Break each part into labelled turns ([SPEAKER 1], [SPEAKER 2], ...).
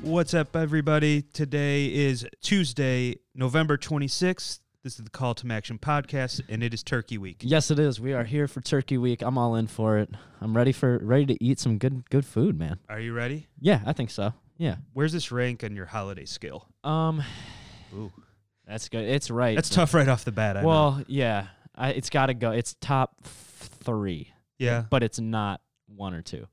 [SPEAKER 1] What's up, everybody? Today is Tuesday, November 26th. This is the Call to Action podcast, and it is Turkey Week.
[SPEAKER 2] Yes, it is. We are here for Turkey Week. I'm all in for it. I'm ready for ready to eat some good good food, man.
[SPEAKER 1] Are you ready?
[SPEAKER 2] Yeah, I think so. Yeah.
[SPEAKER 1] Where's this rank on your holiday scale?
[SPEAKER 2] Um,
[SPEAKER 1] Ooh,
[SPEAKER 2] that's good. It's right.
[SPEAKER 1] that's tough right off the bat. I know.
[SPEAKER 2] Well, yeah. I, it's got to go. It's top f- three,
[SPEAKER 1] yeah.
[SPEAKER 2] but it's not one or two.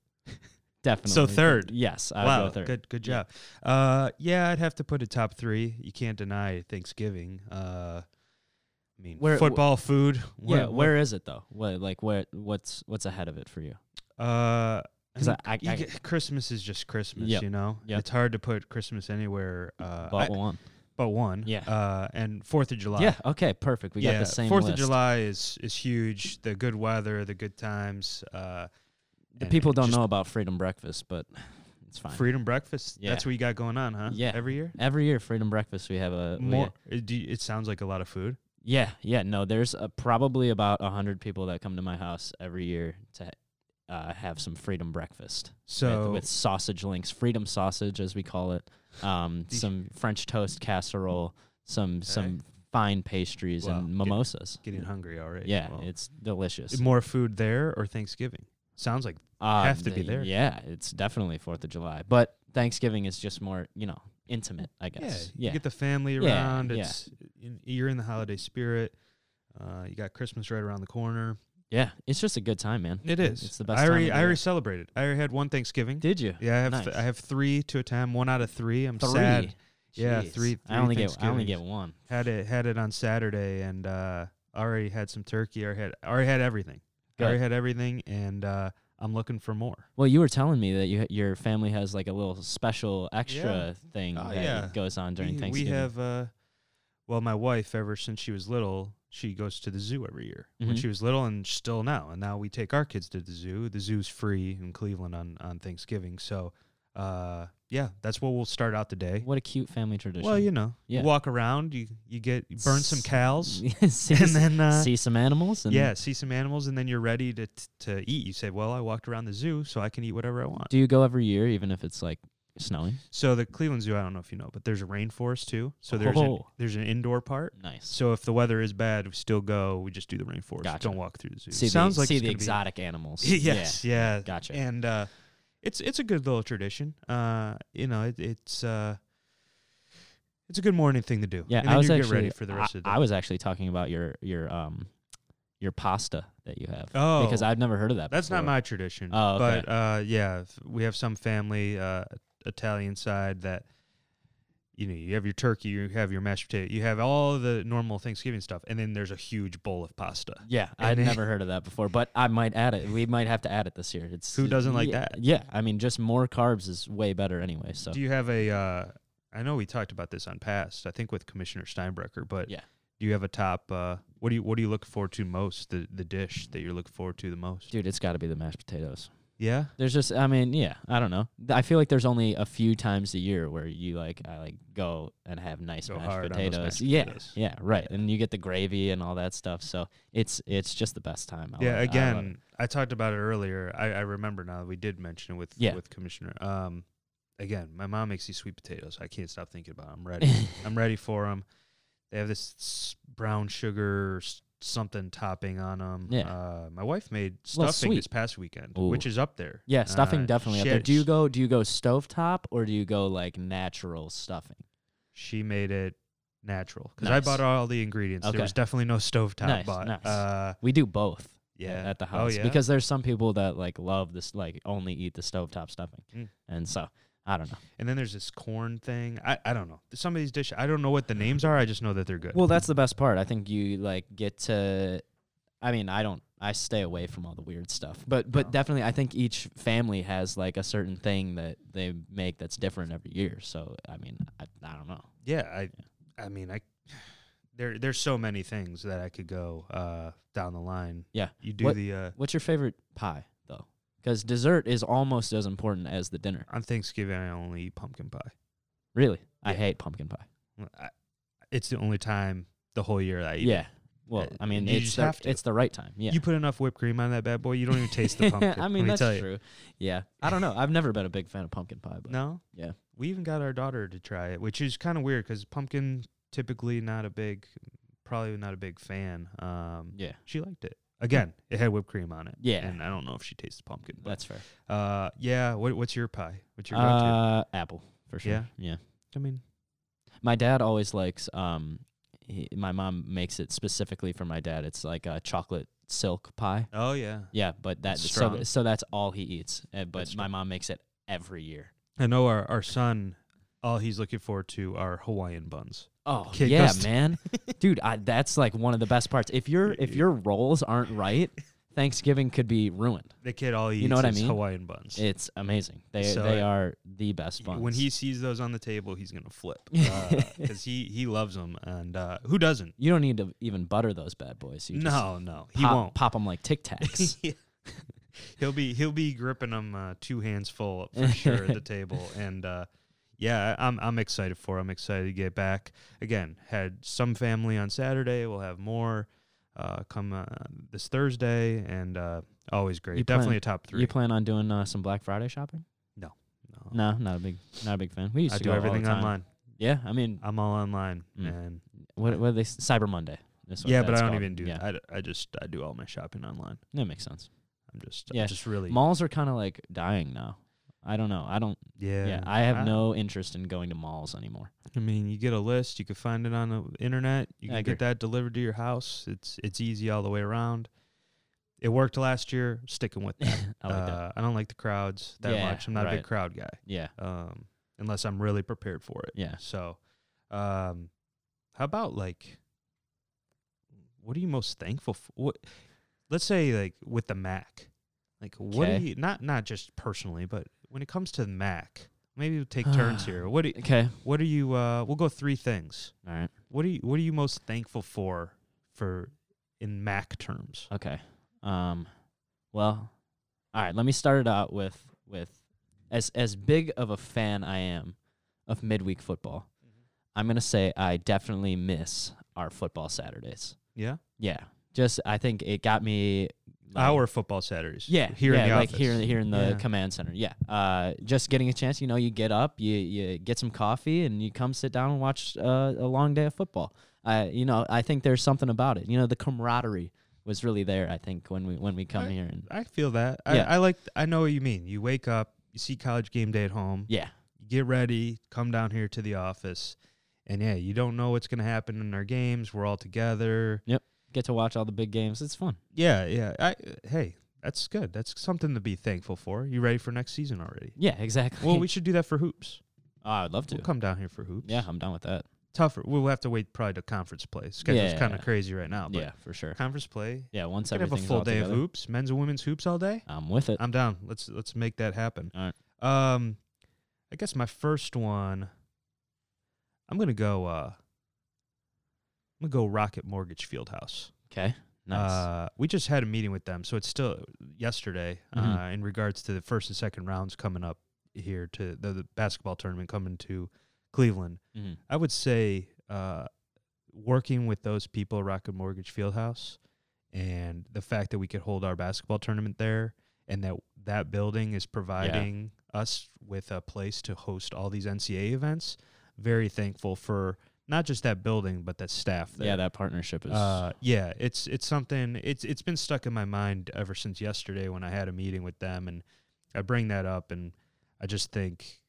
[SPEAKER 2] Definitely.
[SPEAKER 1] third.
[SPEAKER 2] Yes, I
[SPEAKER 1] Wow,
[SPEAKER 2] would go third.
[SPEAKER 1] good, good job. Uh, yeah, I'd have to put a top three. You can't deny Thanksgiving. Uh, I mean,
[SPEAKER 2] Where-
[SPEAKER 1] football, food.
[SPEAKER 2] yeah. where is it though? What like where? What's what's ahead of it for you?
[SPEAKER 1] Uh,
[SPEAKER 2] 'Cause
[SPEAKER 1] mean,
[SPEAKER 2] I- I-
[SPEAKER 1] you
[SPEAKER 2] I-
[SPEAKER 1] get- Christmas is just Christmas,
[SPEAKER 2] Yep,
[SPEAKER 1] you know.
[SPEAKER 2] yep.
[SPEAKER 1] It's hard to put Christmas anywhere uh, I-
[SPEAKER 2] But one.
[SPEAKER 1] but one.
[SPEAKER 2] Yeah.
[SPEAKER 1] Uh, and Fourth of July.
[SPEAKER 2] Yeah. Okay. Perfect. We got the same.
[SPEAKER 1] Fourth of
[SPEAKER 2] list.
[SPEAKER 1] July is is huge. The good weather, the good times. Uh,
[SPEAKER 2] The
[SPEAKER 1] and
[SPEAKER 2] people
[SPEAKER 1] it
[SPEAKER 2] don't
[SPEAKER 1] just-
[SPEAKER 2] know about Freedom Breakfast, but it's fine.
[SPEAKER 1] Freedom breakfast.
[SPEAKER 2] Yeah.
[SPEAKER 1] That's what you got going on, huh?
[SPEAKER 2] Yeah.
[SPEAKER 1] Every year.
[SPEAKER 2] Every year, Freedom Breakfast, we have a we-
[SPEAKER 1] More. It, do you- it sounds like a lot of food.
[SPEAKER 2] Yeah, yeah. No, there's uh, probably about a hundred people that come to my house every year to uh, have some freedom breakfast with-
[SPEAKER 1] So
[SPEAKER 2] with, sausage links, freedom sausage as we call it, um,
[SPEAKER 1] Do you-
[SPEAKER 2] some French toast casserole, some some fine pastries
[SPEAKER 1] Wow,
[SPEAKER 2] and
[SPEAKER 1] get-
[SPEAKER 2] mimosas.
[SPEAKER 1] getting hungry already.
[SPEAKER 2] yeah,
[SPEAKER 1] Well,
[SPEAKER 2] it's delicious.
[SPEAKER 1] more food there or Thanksgiving. Sounds like
[SPEAKER 2] Um,
[SPEAKER 1] have to be
[SPEAKER 2] the-
[SPEAKER 1] there.
[SPEAKER 2] Yeah, it's definitely Fourth of July, but Thanksgiving is just more you know intimate, I guess.
[SPEAKER 1] Yeah, you
[SPEAKER 2] Yeah,
[SPEAKER 1] get the family
[SPEAKER 2] Yeah,
[SPEAKER 1] around.
[SPEAKER 2] yeah.
[SPEAKER 1] It's in, you're in the holiday spirit. Uh, you got Christmas right around the corner.
[SPEAKER 2] yeah. It's just a good time, man.
[SPEAKER 1] It is.
[SPEAKER 2] It's the best.
[SPEAKER 1] I
[SPEAKER 2] time
[SPEAKER 1] already,
[SPEAKER 2] of the
[SPEAKER 1] I
[SPEAKER 2] year.
[SPEAKER 1] already celebrated. I already had one Thanksgiving.
[SPEAKER 2] Did you?
[SPEAKER 1] yeah, I have,
[SPEAKER 2] Nice.
[SPEAKER 1] I have three to a time. One out of three. I'm
[SPEAKER 2] Three.
[SPEAKER 1] sad. Yeah,
[SPEAKER 2] Jeez.
[SPEAKER 1] three- three
[SPEAKER 2] I only get I only get
[SPEAKER 1] Thanksgivings.
[SPEAKER 2] one.
[SPEAKER 1] Had it, had it on Saturday, and uh, already had some turkey. Already had, already had everything.
[SPEAKER 2] Good.
[SPEAKER 1] Already had everything, and uh, I'm looking for more.
[SPEAKER 2] Well, you were telling me that you, your family has like a little special extra thing
[SPEAKER 1] Oh,
[SPEAKER 2] that
[SPEAKER 1] yeah.
[SPEAKER 2] goes on during
[SPEAKER 1] we, we
[SPEAKER 2] Thanksgiving.
[SPEAKER 1] have, uh, well, my wife ever since she was little, she goes to the zoo every year. When
[SPEAKER 2] Mhm.
[SPEAKER 1] she was little, and still now, and now we take our kids to the zoo. The zoo's free in Cleveland on on Thanksgiving, so. Uh, yeah, that's what we'll start out today.
[SPEAKER 2] what a cute family tradition.
[SPEAKER 1] Well, you know,
[SPEAKER 2] Yeah.
[SPEAKER 1] you walk around, you you get you burn some
[SPEAKER 2] S-
[SPEAKER 1] cows,
[SPEAKER 2] see,
[SPEAKER 1] and then uh,
[SPEAKER 2] see some animals. And
[SPEAKER 1] yeah, see some animals, and then you're ready to t- to eat. You say, "Well, I walked around the zoo, so I can eat whatever I want."
[SPEAKER 2] Do you go every year, even if it's like snowing?
[SPEAKER 1] So the Cleveland Zoo, I don't know if you know, but there's a rainforest too. So there's an,
[SPEAKER 2] Oh.
[SPEAKER 1] there's an indoor part.
[SPEAKER 2] Nice.
[SPEAKER 1] So if the weather is bad, we still go. We just do the rainforest.
[SPEAKER 2] Gotcha.
[SPEAKER 1] Don't walk through the zoo.
[SPEAKER 2] see
[SPEAKER 1] Sounds
[SPEAKER 2] the,
[SPEAKER 1] like
[SPEAKER 2] see
[SPEAKER 1] it's
[SPEAKER 2] the
[SPEAKER 1] gonna be-
[SPEAKER 2] exotic animals.
[SPEAKER 1] yes, yeah,
[SPEAKER 2] Yeah. Gotcha.
[SPEAKER 1] and uh, it's it's a good little tradition. Uh, you know, it, it's uh, it's a good morning thing to do.
[SPEAKER 2] yeah,
[SPEAKER 1] and
[SPEAKER 2] I
[SPEAKER 1] then
[SPEAKER 2] was
[SPEAKER 1] you
[SPEAKER 2] actually
[SPEAKER 1] get ready for the rest
[SPEAKER 2] I,
[SPEAKER 1] of the day.
[SPEAKER 2] I was actually talking about your your um your pasta that you have
[SPEAKER 1] oh,
[SPEAKER 2] because I've never heard of that.
[SPEAKER 1] That's not
[SPEAKER 2] before.
[SPEAKER 1] my tradition.
[SPEAKER 2] Oh, okay.
[SPEAKER 1] But uh, yeah, f- we have some family uh, Italian side that you know you have your turkey, you have your mashed potato, you have all the normal Thanksgiving stuff, and then there's a huge bowl of pasta.
[SPEAKER 2] Yeah,
[SPEAKER 1] And
[SPEAKER 2] I'd
[SPEAKER 1] then-
[SPEAKER 2] never heard of that before, but I might add it. We might have to add it this year. It's
[SPEAKER 1] Who doesn't like
[SPEAKER 2] yeah,
[SPEAKER 1] that?
[SPEAKER 2] Yeah, I mean, just more carbs is way better anyway. So
[SPEAKER 1] Do you have a? Uh, I know we talked about this on past, I think with Commissioner Steinbrecher, but
[SPEAKER 2] Yeah.
[SPEAKER 1] do you have a top? Uh, what do you What do you look forward to most? The the dish that you're looking forward to the most?
[SPEAKER 2] dude, it's got to be the mashed potatoes.
[SPEAKER 1] Yeah.
[SPEAKER 2] There's just, I mean, yeah, I don't know. Th- I feel like there's only a few times a year where you like, I like go and have nice
[SPEAKER 1] Go
[SPEAKER 2] mashed
[SPEAKER 1] hard on those
[SPEAKER 2] potatoes.
[SPEAKER 1] mashed
[SPEAKER 2] yeah,
[SPEAKER 1] potatoes.
[SPEAKER 2] yeah, right. And you get the gravy and all that stuff. So it's it's just the best time. I
[SPEAKER 1] yeah
[SPEAKER 2] love it. I love it.
[SPEAKER 1] again I, talked about it earlier I, I remember now we did mention it with
[SPEAKER 2] Yeah.
[SPEAKER 1] with commissioner um again my mom makes these sweet potatoes i can't stop thinking about 'em. i'm ready i'm ready for them they have this s- brown sugar s- something topping on them
[SPEAKER 2] Yeah.
[SPEAKER 1] uh, my wife made
[SPEAKER 2] little
[SPEAKER 1] stuffing this
[SPEAKER 2] sweet.
[SPEAKER 1] past weekend
[SPEAKER 2] Ooh.
[SPEAKER 1] which is up there
[SPEAKER 2] yeah, stuffing
[SPEAKER 1] Uh,
[SPEAKER 2] definitely up
[SPEAKER 1] she
[SPEAKER 2] there.
[SPEAKER 1] had-
[SPEAKER 2] Do you go do you go stovetop or do you go like natural stuffing?
[SPEAKER 1] she made it natural because i
[SPEAKER 2] Nice.
[SPEAKER 1] bought all the ingredients
[SPEAKER 2] Okay.
[SPEAKER 1] there was definitely no stovetop
[SPEAKER 2] Nice,
[SPEAKER 1] bought
[SPEAKER 2] nice.
[SPEAKER 1] uh
[SPEAKER 2] We do both.
[SPEAKER 1] yeah
[SPEAKER 2] at the
[SPEAKER 1] Oh,
[SPEAKER 2] house
[SPEAKER 1] yeah?
[SPEAKER 2] because there's some people that like love this like only eat the stovetop stuffing
[SPEAKER 1] Mm.
[SPEAKER 2] and so i don't know
[SPEAKER 1] and then there's this corn thing i i don't know some of these dishes i don't know what the names are i just know that they're good
[SPEAKER 2] well that's the best part i think you like get to i mean i don't i stay away from all the weird stuff but but
[SPEAKER 1] No.
[SPEAKER 2] definitely i think each family has like a certain thing that they make that's different every year so i mean i, I don't know
[SPEAKER 1] yeah i i mean i there there's so many things that i could go uh down the line
[SPEAKER 2] Yeah.
[SPEAKER 1] you do
[SPEAKER 2] What-
[SPEAKER 1] the uh
[SPEAKER 2] what's your favorite pie though because dessert is almost as important as the dinner
[SPEAKER 1] on thanksgiving i only eat pumpkin pie
[SPEAKER 2] really i
[SPEAKER 1] Yeah.
[SPEAKER 2] hate pumpkin pie
[SPEAKER 1] I, it's the only time the whole year that i eat it.
[SPEAKER 2] yeah Well,
[SPEAKER 1] Uh,
[SPEAKER 2] I mean,
[SPEAKER 1] you
[SPEAKER 2] it's
[SPEAKER 1] just
[SPEAKER 2] the,
[SPEAKER 1] have to.
[SPEAKER 2] it's the right time. Yeah.
[SPEAKER 1] You put enough whipped cream on that bad boy, you don't even taste the pumpkin.
[SPEAKER 2] I
[SPEAKER 1] let
[SPEAKER 2] mean,
[SPEAKER 1] me
[SPEAKER 2] that's
[SPEAKER 1] tell you.
[SPEAKER 2] true. Yeah. I don't know. I've never been a big fan of pumpkin pie, but
[SPEAKER 1] No.
[SPEAKER 2] Yeah.
[SPEAKER 1] We even got our daughter to try it, which is kind of weird because pumpkin typically not a big, probably not a big fan. Um,
[SPEAKER 2] yeah,
[SPEAKER 1] she liked it. Again, it had whipped cream on it.
[SPEAKER 2] Yeah.
[SPEAKER 1] and I don't know if she tasted pumpkin. But,
[SPEAKER 2] that's fair.
[SPEAKER 1] uh, yeah. What, what's your pie? What's your go-to?
[SPEAKER 2] Uh, apple for sure.
[SPEAKER 1] Yeah?
[SPEAKER 2] Yeah.
[SPEAKER 1] I mean,
[SPEAKER 2] My dad always likes. Um, he, my mom makes it specifically for my dad. It's like a chocolate silk pie.
[SPEAKER 1] oh yeah.
[SPEAKER 2] Yeah, but that
[SPEAKER 1] That's
[SPEAKER 2] so
[SPEAKER 1] strong.
[SPEAKER 2] so that's all he eats. Uh,
[SPEAKER 1] That's
[SPEAKER 2] but my mom makes it every year.
[SPEAKER 1] I know our our son. All he's looking forward to are Hawaiian buns.
[SPEAKER 2] Oh
[SPEAKER 1] Kid
[SPEAKER 2] yeah,
[SPEAKER 1] custard.
[SPEAKER 2] man, dude, I, that's like one of the best parts. If your if your rolls aren't right, Thanksgiving could be ruined.
[SPEAKER 1] The kid all he
[SPEAKER 2] You know
[SPEAKER 1] eats
[SPEAKER 2] what I
[SPEAKER 1] is
[SPEAKER 2] mean?
[SPEAKER 1] Hawaiian buns.
[SPEAKER 2] It's amazing. They
[SPEAKER 1] So,
[SPEAKER 2] they
[SPEAKER 1] uh,
[SPEAKER 2] are the best buns.
[SPEAKER 1] When he sees those on the table, he's gonna flip because he he loves them, and uh, who doesn't?
[SPEAKER 2] you don't need to even butter those bad boys. You just
[SPEAKER 1] No, no, he
[SPEAKER 2] pop,
[SPEAKER 1] won't.
[SPEAKER 2] pop them like Tic Tacs.
[SPEAKER 1] he'll be he'll be gripping them uh, two hands full for sure at the table, and uh, yeah, I- I'm I'm excited for. it. I'm excited to get back again. Had some family on Saturday. We'll have more uh, come uh, this Thursday, and uh, always great.
[SPEAKER 2] You plan-
[SPEAKER 1] Definitely a top three.
[SPEAKER 2] you plan on doing uh, some Black Friday shopping?
[SPEAKER 1] No,
[SPEAKER 2] No, not a big not a big fan. We used
[SPEAKER 1] I
[SPEAKER 2] to
[SPEAKER 1] do
[SPEAKER 2] go all
[SPEAKER 1] everything
[SPEAKER 2] the time.
[SPEAKER 1] online.
[SPEAKER 2] Yeah, I mean,
[SPEAKER 1] I'm all online,
[SPEAKER 2] Mm.
[SPEAKER 1] and
[SPEAKER 2] what what are they s- Cyber Monday? That's what
[SPEAKER 1] yeah, but I
[SPEAKER 2] that's
[SPEAKER 1] don't
[SPEAKER 2] called.
[SPEAKER 1] even do.
[SPEAKER 2] Yeah,
[SPEAKER 1] I, d- I just I do all my shopping online.
[SPEAKER 2] that makes sense.
[SPEAKER 1] I'm just
[SPEAKER 2] Yeah.
[SPEAKER 1] I'm just really
[SPEAKER 2] malls are kind of like dying now. I don't know. I don't.
[SPEAKER 1] yeah.
[SPEAKER 2] Yeah, I have
[SPEAKER 1] I-
[SPEAKER 2] no interest in going to malls anymore.
[SPEAKER 1] I mean, you get a list. You can find it on the internet. You
[SPEAKER 2] I
[SPEAKER 1] can get
[SPEAKER 2] agree.
[SPEAKER 1] that delivered to your house. It's it's easy all the way around. It worked last year. Sticking with that.
[SPEAKER 2] I like that.
[SPEAKER 1] Uh, I don't like the crowds that
[SPEAKER 2] Yeah,
[SPEAKER 1] much. I'm not a
[SPEAKER 2] right.
[SPEAKER 1] big crowd guy,
[SPEAKER 2] Yeah,
[SPEAKER 1] um, unless I'm really prepared for it.
[SPEAKER 2] yeah.
[SPEAKER 1] So, um, how about like, what are you most thankful for? What, let's say like with the Mac, like what do
[SPEAKER 2] Okay.
[SPEAKER 1] you not not just personally, but when it comes to the Mac, maybe we'll take turns here. What do you,
[SPEAKER 2] Okay.
[SPEAKER 1] what are you? Uh, we'll go three things.
[SPEAKER 2] All right.
[SPEAKER 1] What are you? What are you most thankful for? For in Mac terms,
[SPEAKER 2] Okay. Um. Well. All right. Let me start it out with with as as big of a fan I am of midweek football. I'm gonna say I definitely miss our football Saturdays.
[SPEAKER 1] yeah.
[SPEAKER 2] Yeah. Just I think it got me. like,
[SPEAKER 1] Our football Saturdays,
[SPEAKER 2] Yeah,
[SPEAKER 1] Here
[SPEAKER 2] yeah,
[SPEAKER 1] in the
[SPEAKER 2] like
[SPEAKER 1] office.
[SPEAKER 2] here, here in the
[SPEAKER 1] Yeah.
[SPEAKER 2] command center. Yeah, uh, just getting a chance. You know, you get up, you you get some coffee, and you come sit down and watch uh, a long day of football. I, you know, I think there's something about it. You know, the camaraderie was really there. I think when we when we come
[SPEAKER 1] I-
[SPEAKER 2] here and
[SPEAKER 1] I feel that.
[SPEAKER 2] Yeah.
[SPEAKER 1] I, I like. I know what you mean. You wake up, you see college game day at home.
[SPEAKER 2] yeah,
[SPEAKER 1] you get ready, come down here to the office, and yeah, you don't know what's gonna happen in our games. We're all together.
[SPEAKER 2] get to watch all the big games. It's fun.
[SPEAKER 1] Yeah, yeah. I hey, that's good. That's something to be thankful for. You ready for next season already?
[SPEAKER 2] Yeah, exactly.
[SPEAKER 1] Well, we should do that for hoops.
[SPEAKER 2] oh, I'd love to.
[SPEAKER 1] We'll come down here for hoops.
[SPEAKER 2] yeah, I'm done with that.
[SPEAKER 1] tougher. We'll have to wait probably to conference play. Schedule's
[SPEAKER 2] Yeah.
[SPEAKER 1] kind of crazy right now, but
[SPEAKER 2] yeah, for sure.
[SPEAKER 1] conference play.
[SPEAKER 2] Yeah, once
[SPEAKER 1] We could have a
[SPEAKER 2] everything's
[SPEAKER 1] full
[SPEAKER 2] all
[SPEAKER 1] day
[SPEAKER 2] together,
[SPEAKER 1] of hoops, men's and women's hoops all day.
[SPEAKER 2] I'm with it.
[SPEAKER 1] I'm down. Let's let's make that happen.
[SPEAKER 2] All
[SPEAKER 1] Um, I guess my first one. I'm gonna go. Uh, I'm gonna go Rocket Mortgage Fieldhouse.
[SPEAKER 2] Okay, nice.
[SPEAKER 1] Uh, we just had a meeting with them, so it's still yesterday
[SPEAKER 2] Mhm.
[SPEAKER 1] uh, in regards to the first and second rounds coming up here to the, the basketball tournament coming to Cleveland.
[SPEAKER 2] Mhm.
[SPEAKER 1] I would say uh, working with those people, Rocket Mortgage Fieldhouse, and the fact that we could hold our basketball tournament there, and that that building is providing us with a place to host all these NCAA events. Very thankful for not just that building, but that staff there.
[SPEAKER 2] Yeah, that partnership is.
[SPEAKER 1] Uh, yeah, it's it's something. It's it's been stuck in my mind ever since yesterday when I had a meeting with them, and I bring that up, and I just think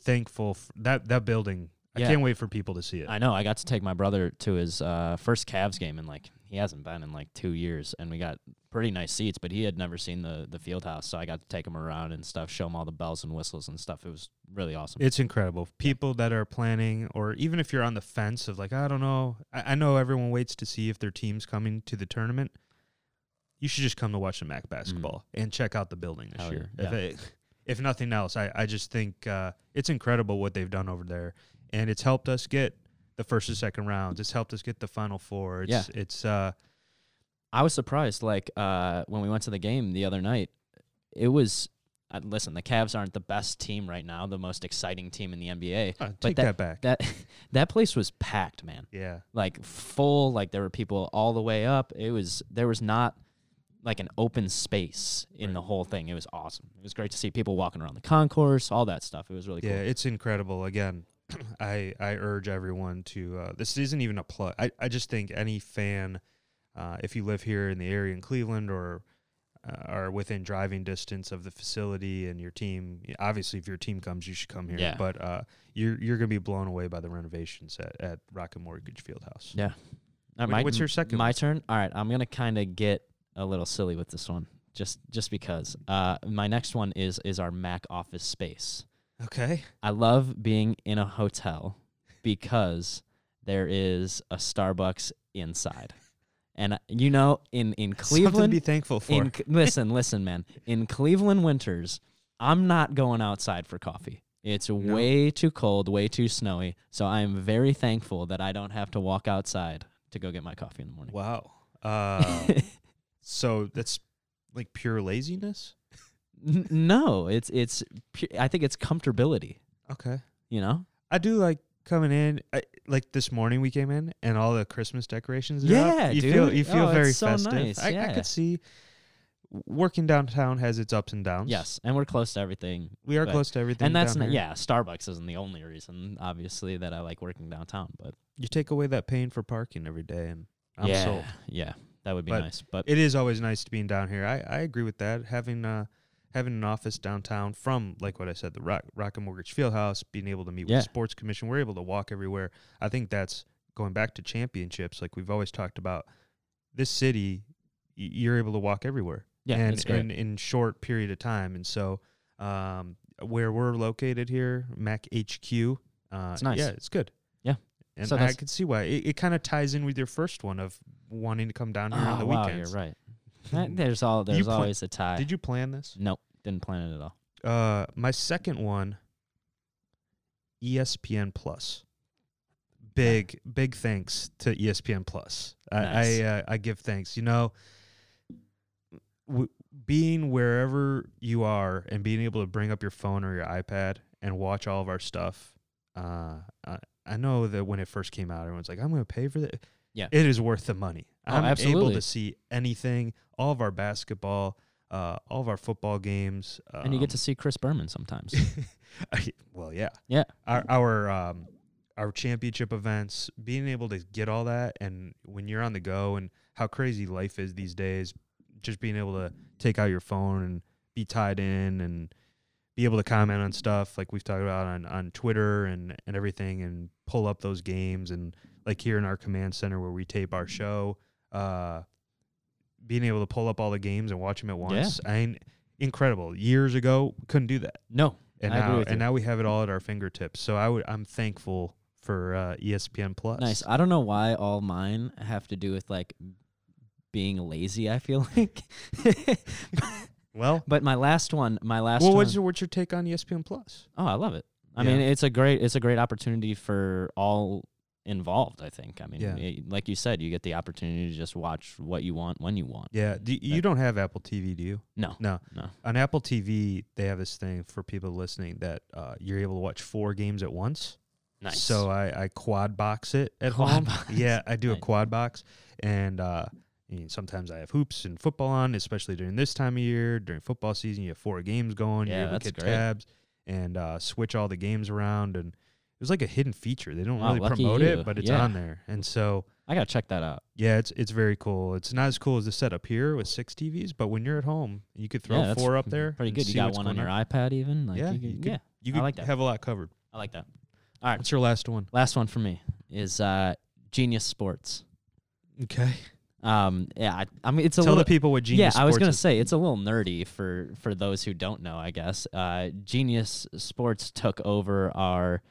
[SPEAKER 1] thankful f that that building.
[SPEAKER 2] Yeah.
[SPEAKER 1] I can't wait for people to see it.
[SPEAKER 2] I know. I got to take my brother to his uh, first Cavs game, and like he hasn't been in like two years, and we got pretty nice seats, but he had never seen the the field house, so I got to take him around and stuff, show him all the bells and whistles and stuff. It was really awesome.
[SPEAKER 1] It's incredible. People that are planning, or even if you're on the fence of like, I don't know, I, I know everyone waits to see if their team's coming to the tournament. You should just come to watch the MAC basketball and check out the building this
[SPEAKER 2] Mm. Hell
[SPEAKER 1] year.
[SPEAKER 2] yeah. Yeah.
[SPEAKER 1] If, it, if nothing else, I, I just think uh, it's incredible what they've done over there, and it's helped us get the first and second rounds. It's helped us get the final four. It's it's uh,
[SPEAKER 2] I was surprised, like uh, when we went to the game the other night, it was uh, listen, the Cavs aren't the best team right now, the most exciting team in the NBA.
[SPEAKER 1] Uh, take
[SPEAKER 2] but
[SPEAKER 1] that, back.
[SPEAKER 2] That that place was packed, man.
[SPEAKER 1] yeah.
[SPEAKER 2] Like full, like there were people all the way up. It was there was not like an open space in the whole thing. It was awesome. It was great to see people walking around the concourse, all that stuff. It was really
[SPEAKER 1] Yeah,
[SPEAKER 2] cool.
[SPEAKER 1] it's incredible. Again, I I urge everyone to. Uh, this isn't even a plug. I I just think any fan, uh, if you live here in the area in Cleveland or uh, are within driving distance of the facility and your team, y- obviously if your team comes, you should come here.
[SPEAKER 2] Yeah.
[SPEAKER 1] But uh, you're you're gonna be blown away by the renovations at at Rocket Mortgage Fieldhouse.
[SPEAKER 2] All right,
[SPEAKER 1] Wh- what's your second
[SPEAKER 2] My
[SPEAKER 1] one?
[SPEAKER 2] turn. All right, I'm gonna kind of get a little silly with this one, just just because. Uh, my next one is is our Mac office space.
[SPEAKER 1] Okay.
[SPEAKER 2] I love being in a hotel because there is a Starbucks inside, and uh, you know, in
[SPEAKER 1] Something
[SPEAKER 2] in
[SPEAKER 1] to
[SPEAKER 2] Cleveland,
[SPEAKER 1] be thankful for.
[SPEAKER 2] in C- listen, listen, man. In Cleveland winters, I'm not going outside for coffee. It's way too cold, way too snowy. So I'm very thankful that I don't have to walk outside to go get my coffee in the morning.
[SPEAKER 1] wow. Uh, so that's like pure laziness.
[SPEAKER 2] N- no, it's it's. pu- I think it's comfortability.
[SPEAKER 1] Okay.
[SPEAKER 2] You know.
[SPEAKER 1] I do like coming in. I, like this morning, we came in and all the Christmas decorations. Are
[SPEAKER 2] Yeah,
[SPEAKER 1] up. you feel
[SPEAKER 2] dude.
[SPEAKER 1] you feel
[SPEAKER 2] Oh,
[SPEAKER 1] very
[SPEAKER 2] it's so
[SPEAKER 1] festive.
[SPEAKER 2] nice,
[SPEAKER 1] I, I
[SPEAKER 2] yeah.
[SPEAKER 1] could see working downtown has its ups and downs.
[SPEAKER 2] Yes, and we're close to everything.
[SPEAKER 1] we are
[SPEAKER 2] but-
[SPEAKER 1] close to everything.
[SPEAKER 2] And that's
[SPEAKER 1] down
[SPEAKER 2] not,
[SPEAKER 1] here.
[SPEAKER 2] yeah. Starbucks isn't the only reason, obviously, that I like working downtown. But
[SPEAKER 1] You take away that pain for parking every day, and I'm
[SPEAKER 2] yeah,
[SPEAKER 1] sold.
[SPEAKER 2] yeah, that would be
[SPEAKER 1] But
[SPEAKER 2] nice. But
[SPEAKER 1] It is always nice to being down here. I, I agree with that. Having uh having an office downtown from like what I said, the Rock Rock and Mortgage Fieldhouse, being able to meet with
[SPEAKER 2] Yeah.
[SPEAKER 1] the sports commission, we're able to walk everywhere. I think that's going back to championships, like we've always talked about. This city, y- you're able to walk everywhere.
[SPEAKER 2] yeah,
[SPEAKER 1] and
[SPEAKER 2] it's great.
[SPEAKER 1] in in short period of time. And so, um, where we're located here, Mac HQ, uh,
[SPEAKER 2] It's nice.
[SPEAKER 1] Yeah, it's good.
[SPEAKER 2] Yeah.
[SPEAKER 1] and
[SPEAKER 2] So
[SPEAKER 1] I
[SPEAKER 2] that's-
[SPEAKER 1] could see why it, it kind of ties in with your first one of wanting to come down here on
[SPEAKER 2] oh,
[SPEAKER 1] the
[SPEAKER 2] wow,
[SPEAKER 1] weekends.
[SPEAKER 2] you're right. Uh, There's all there's
[SPEAKER 1] pla-
[SPEAKER 2] always a tie.
[SPEAKER 1] Did you plan this?
[SPEAKER 2] Nope, didn't plan it at all.
[SPEAKER 1] Uh, my second one, E ESPN Plus. Big big thanks to E ESPN Plus. I
[SPEAKER 2] Nice.
[SPEAKER 1] I, uh, I give thanks. You know, w- being wherever you are and being able to bring up your phone or your iPad and watch all of our stuff. Uh, I, I know that when it first came out, everyone's like, "I'm going to pay for that."
[SPEAKER 2] Yeah.
[SPEAKER 1] it is worth the money.
[SPEAKER 2] Oh,
[SPEAKER 1] I'm able
[SPEAKER 2] absolutely.
[SPEAKER 1] to see anything, all of our basketball, uh, all of our football games, um,
[SPEAKER 2] and you get to see Chris Berman sometimes.
[SPEAKER 1] I- Uh, well, yeah,
[SPEAKER 2] Yeah.
[SPEAKER 1] Our our um our championship events, being able to get all that, and when you're on the go, and how crazy life is these days, just being able to take out your phone and be tied in and be able to comment on stuff like we've talked about on, on Twitter and, and everything and pull up those games and like here in our command center where we tape our show, uh, being able to pull up all the games and watch them at once. I mean, incredible. Years ago, couldn't do that
[SPEAKER 2] no,
[SPEAKER 1] and
[SPEAKER 2] I
[SPEAKER 1] now
[SPEAKER 2] agree with
[SPEAKER 1] and
[SPEAKER 2] you.
[SPEAKER 1] now we have it all at our fingertips. So I would I'm thankful for uh, ESPN Plus.
[SPEAKER 2] nice. I don't know why all mine have to do with like being lazy. I feel like,
[SPEAKER 1] Well,
[SPEAKER 2] but my last one, my last
[SPEAKER 1] well,
[SPEAKER 2] one.
[SPEAKER 1] what's your what's your take on E ESPN Plus?
[SPEAKER 2] oh, I love it. I
[SPEAKER 1] Yeah.
[SPEAKER 2] mean, it's a great it's a great opportunity for all involved. I think. I mean,
[SPEAKER 1] Yeah.
[SPEAKER 2] it- like you said, you get the opportunity to just watch what you want when you want.
[SPEAKER 1] Yeah, do, you don't have Apple TV, do you?
[SPEAKER 2] No,
[SPEAKER 1] No.
[SPEAKER 2] No.
[SPEAKER 1] On Apple TV, they have this thing for people listening that uh, you're able to watch four games at once.
[SPEAKER 2] nice.
[SPEAKER 1] So I, I quad box it at
[SPEAKER 2] Quad
[SPEAKER 1] home.
[SPEAKER 2] box.
[SPEAKER 1] Yeah, I do a
[SPEAKER 2] Nice.
[SPEAKER 1] quad box, and uh, I mean, sometimes I have hoops and football on, especially during this time of year. During football season, you have four games going.
[SPEAKER 2] Yeah,
[SPEAKER 1] you're able to
[SPEAKER 2] that's
[SPEAKER 1] get
[SPEAKER 2] great.
[SPEAKER 1] tabs and uh, switch all the games around, and it was like a hidden feature. They don't
[SPEAKER 2] Wow,
[SPEAKER 1] really
[SPEAKER 2] lucky
[SPEAKER 1] promote
[SPEAKER 2] you.
[SPEAKER 1] it, but it's
[SPEAKER 2] Yeah.
[SPEAKER 1] on there, and so.
[SPEAKER 2] I gotta check that out.
[SPEAKER 1] Yeah, it's it's very cool. It's not as cool as the setup here with six TVs, but when you're at home, you could throw
[SPEAKER 2] Yeah, that's
[SPEAKER 1] four up there.
[SPEAKER 2] Pretty
[SPEAKER 1] and
[SPEAKER 2] good. You
[SPEAKER 1] see
[SPEAKER 2] got
[SPEAKER 1] what's
[SPEAKER 2] one on
[SPEAKER 1] going
[SPEAKER 2] your iPad even. Like
[SPEAKER 1] Yeah,
[SPEAKER 2] you could-
[SPEAKER 1] you could-
[SPEAKER 2] yeah.
[SPEAKER 1] You
[SPEAKER 2] I
[SPEAKER 1] could
[SPEAKER 2] like that.
[SPEAKER 1] have a lot covered.
[SPEAKER 2] I like that. All right.
[SPEAKER 1] What's your last one?
[SPEAKER 2] Last one for me is uh, Genius Sports.
[SPEAKER 1] Okay,
[SPEAKER 2] Um, yeah, I, I mean it's a
[SPEAKER 1] tell the
[SPEAKER 2] little.
[SPEAKER 1] people what
[SPEAKER 2] yeah,
[SPEAKER 1] genius.
[SPEAKER 2] I was
[SPEAKER 1] Sports
[SPEAKER 2] gonna
[SPEAKER 1] is.
[SPEAKER 2] say it's a little nerdy for for those who don't know. I guess uh, Genius Sports took over our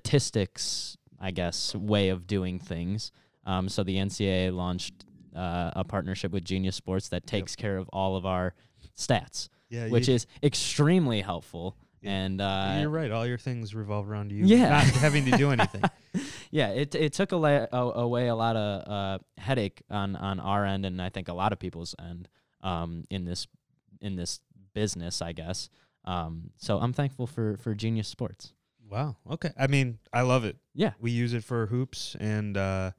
[SPEAKER 2] statistics, I guess, way of doing things. Um, so the NCAA launched uh, a partnership with Genius Sports that takes care of all of our stats,
[SPEAKER 1] yeah,
[SPEAKER 2] which
[SPEAKER 1] you-
[SPEAKER 2] is extremely helpful.
[SPEAKER 1] Yeah.
[SPEAKER 2] And uh,
[SPEAKER 1] You're right. All your things revolve around you.
[SPEAKER 2] Yeah.
[SPEAKER 1] Not having to do anything.
[SPEAKER 2] Yeah, it it took a la- a- away a lot of uh, headache on on our end, and I think a lot of people's end um, in this in this business, I guess. Um, so I'm thankful for for Genius Sports.
[SPEAKER 1] Wow. Okay. I mean, I love it.
[SPEAKER 2] Yeah.
[SPEAKER 1] We use it for hoops and uh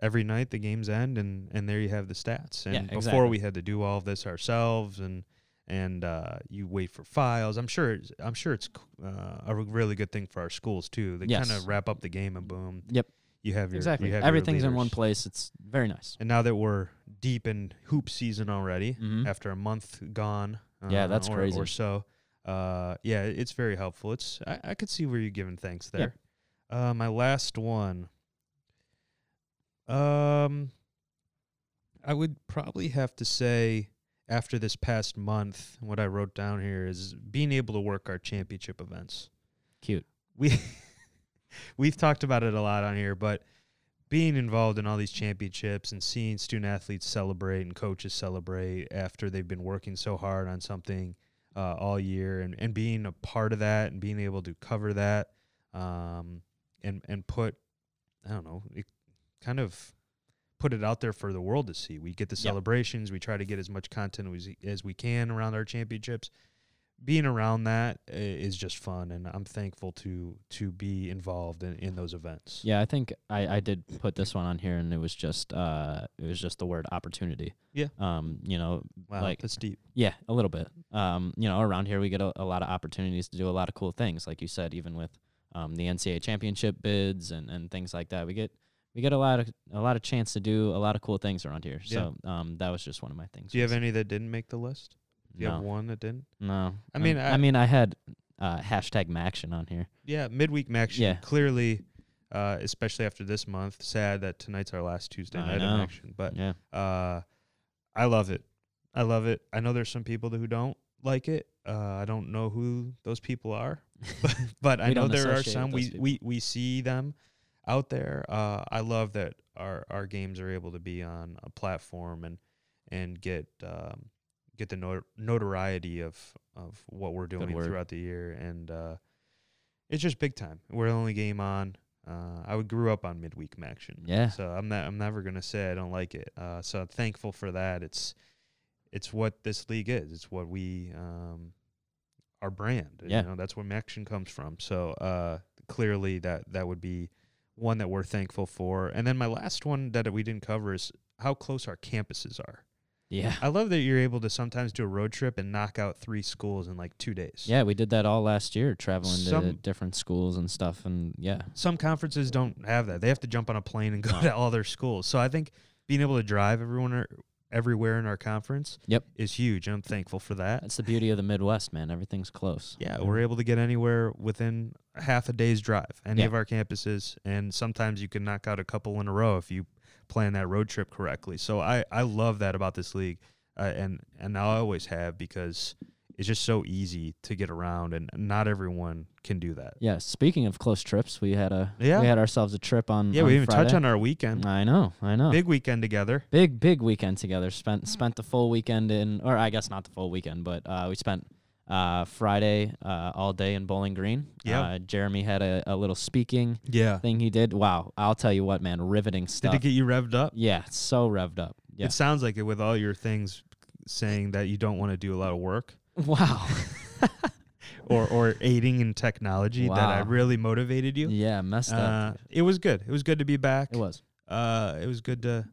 [SPEAKER 1] every night the games end and and there you have the stats. And
[SPEAKER 2] Yeah,
[SPEAKER 1] before
[SPEAKER 2] exactly.
[SPEAKER 1] we had to do all of this ourselves and and uh you wait for files. I'm sure it's, I'm sure it's c- uh, a really good thing for our schools too. They kind
[SPEAKER 2] Yes.
[SPEAKER 1] of wrap up the game and boom.
[SPEAKER 2] Yep.
[SPEAKER 1] You have your
[SPEAKER 2] Exactly.
[SPEAKER 1] you have your
[SPEAKER 2] Everything's in one
[SPEAKER 1] leaders.
[SPEAKER 2] place. It's very nice.
[SPEAKER 1] And now that we're deep in hoop season already,
[SPEAKER 2] Mhm.
[SPEAKER 1] after a month gone, uh,
[SPEAKER 2] Yeah, that's
[SPEAKER 1] or,
[SPEAKER 2] crazy.
[SPEAKER 1] or so. Uh, yeah, it's very helpful. It's I, I could see where you're giving thanks
[SPEAKER 2] Yeah.
[SPEAKER 1] there. Uh, my last one. Um, I would probably have to say after this past month, what I wrote down here is being able to work our championship events
[SPEAKER 2] Cute.
[SPEAKER 1] we we've talked about it a lot on here, but being involved in all these championships and seeing student athletes celebrate and coaches celebrate after they've been working so hard on something uh, all year and, and being a part of that and being able to cover that um, and and put I don't know it kind of put it out there for the world to see. We get the
[SPEAKER 2] Yep.
[SPEAKER 1] celebrations. We try to get as much content as, as we can around our championships being around that i- is just fun and i'm thankful to to be involved in, in those events
[SPEAKER 2] Yeah, I think I, I did put this one on here, and it was just uh it was just the word opportunity.
[SPEAKER 1] Yeah.
[SPEAKER 2] Um, you know,
[SPEAKER 1] wow
[SPEAKER 2] like-
[SPEAKER 1] that's deep
[SPEAKER 2] Yeah, a little bit. Um, you know, around here we get a, a lot of opportunities to do a lot of cool things, like you said, even with um, the NCAA championship bids and, and things like that. We get we get a lot of a lot of chance to do a lot of cool things around here.
[SPEAKER 1] Yeah.
[SPEAKER 2] So um, that was just one of my things.
[SPEAKER 1] do you have
[SPEAKER 2] was-
[SPEAKER 1] any that didn't make the list do you
[SPEAKER 2] no,
[SPEAKER 1] have one that didn't
[SPEAKER 2] no.
[SPEAKER 1] I
[SPEAKER 2] Um,
[SPEAKER 1] mean,
[SPEAKER 2] I,
[SPEAKER 1] I-
[SPEAKER 2] mean, I had uh, hashtag Maction on here.
[SPEAKER 1] yeah midweek max
[SPEAKER 2] Yeah.
[SPEAKER 1] clearly uh, especially after this month sad that tonight's our last tuesday
[SPEAKER 2] I
[SPEAKER 1] night of
[SPEAKER 2] know.
[SPEAKER 1] action but
[SPEAKER 2] yeah,
[SPEAKER 1] uh, i love it i love it i know there's some people who don't like it uh, i don't know who those people are but, but I
[SPEAKER 2] We
[SPEAKER 1] know
[SPEAKER 2] don't
[SPEAKER 1] there are
[SPEAKER 2] associate
[SPEAKER 1] some
[SPEAKER 2] with
[SPEAKER 1] we,
[SPEAKER 2] those
[SPEAKER 1] we we see them out there. Uh, I love that our our games are able to be on a platform and and get um, get the notor- notoriety of of what we're doing
[SPEAKER 2] word.
[SPEAKER 1] throughout the year, and uh, it's just big time. We're the only game on. Uh, I would grew up on midweek action,
[SPEAKER 2] yeah,
[SPEAKER 1] so I'm not I'm never gonna say I don't like it. Uh, so I'm thankful for that. It's it's what this league is. It's what we um our brand.
[SPEAKER 2] Yeah.
[SPEAKER 1] You know, that's where Maction comes from. So uh clearly that that would be one that we're thankful for. And then my last one that we didn't cover is how close our campuses are.
[SPEAKER 2] yeah,
[SPEAKER 1] I love that you're able to sometimes do a road trip and knock out three schools in like two days.
[SPEAKER 2] yeah. We did that all last year, traveling to
[SPEAKER 1] Some-
[SPEAKER 2] different schools and stuff, and yeah,
[SPEAKER 1] some conferences don't have that. They have to jump on a plane and go
[SPEAKER 2] No.
[SPEAKER 1] to all their schools. So I think being able to drive everyone or everywhere in our conference
[SPEAKER 2] Yep.
[SPEAKER 1] is huge. And I'm thankful for that.
[SPEAKER 2] that's the beauty of the Midwest, man. Everything's close.
[SPEAKER 1] Yeah, we're able to get anywhere within half a day's drive, any
[SPEAKER 2] Yeah.
[SPEAKER 1] of our campuses, and sometimes you can knock out a couple in a row if you plan that road trip correctly. So I I love that about this league, uh, and and I always have because it's just so easy to get around, and not everyone can do that.
[SPEAKER 2] Yeah. Speaking of close trips, we had a
[SPEAKER 1] Yeah.
[SPEAKER 2] we had ourselves a trip on.
[SPEAKER 1] Yeah,
[SPEAKER 2] on
[SPEAKER 1] we didn't even
[SPEAKER 2] Friday. Uh-huh.
[SPEAKER 1] touch on our weekend,
[SPEAKER 2] I know, I know.
[SPEAKER 1] big
[SPEAKER 2] Big,
[SPEAKER 1] Mm. weekend together.
[SPEAKER 2] big, weekend together. Spent spent the full weekend in, or I guess not the full weekend, but uh, we spent uh, Friday uh, all day in Bowling Green.
[SPEAKER 1] Yeah.
[SPEAKER 2] Uh, Jeremy had a, a little speaking
[SPEAKER 1] Yeah,
[SPEAKER 2] thing he did. Wow, I'll tell you what, man, riveting
[SPEAKER 1] Did
[SPEAKER 2] stuff.
[SPEAKER 1] it get you revved up?
[SPEAKER 2] yeah, so revved up. Yeah.
[SPEAKER 1] It sounds like it with all your things saying that you don't want to do a lot of work
[SPEAKER 2] wow.
[SPEAKER 1] or, or aiding in technology that I
[SPEAKER 2] Wow.
[SPEAKER 1] really motivated you.
[SPEAKER 2] yeah, messed
[SPEAKER 1] Uh,
[SPEAKER 2] up.
[SPEAKER 1] it was good. It was good to be back.
[SPEAKER 2] It was.
[SPEAKER 1] Uh, it was good to.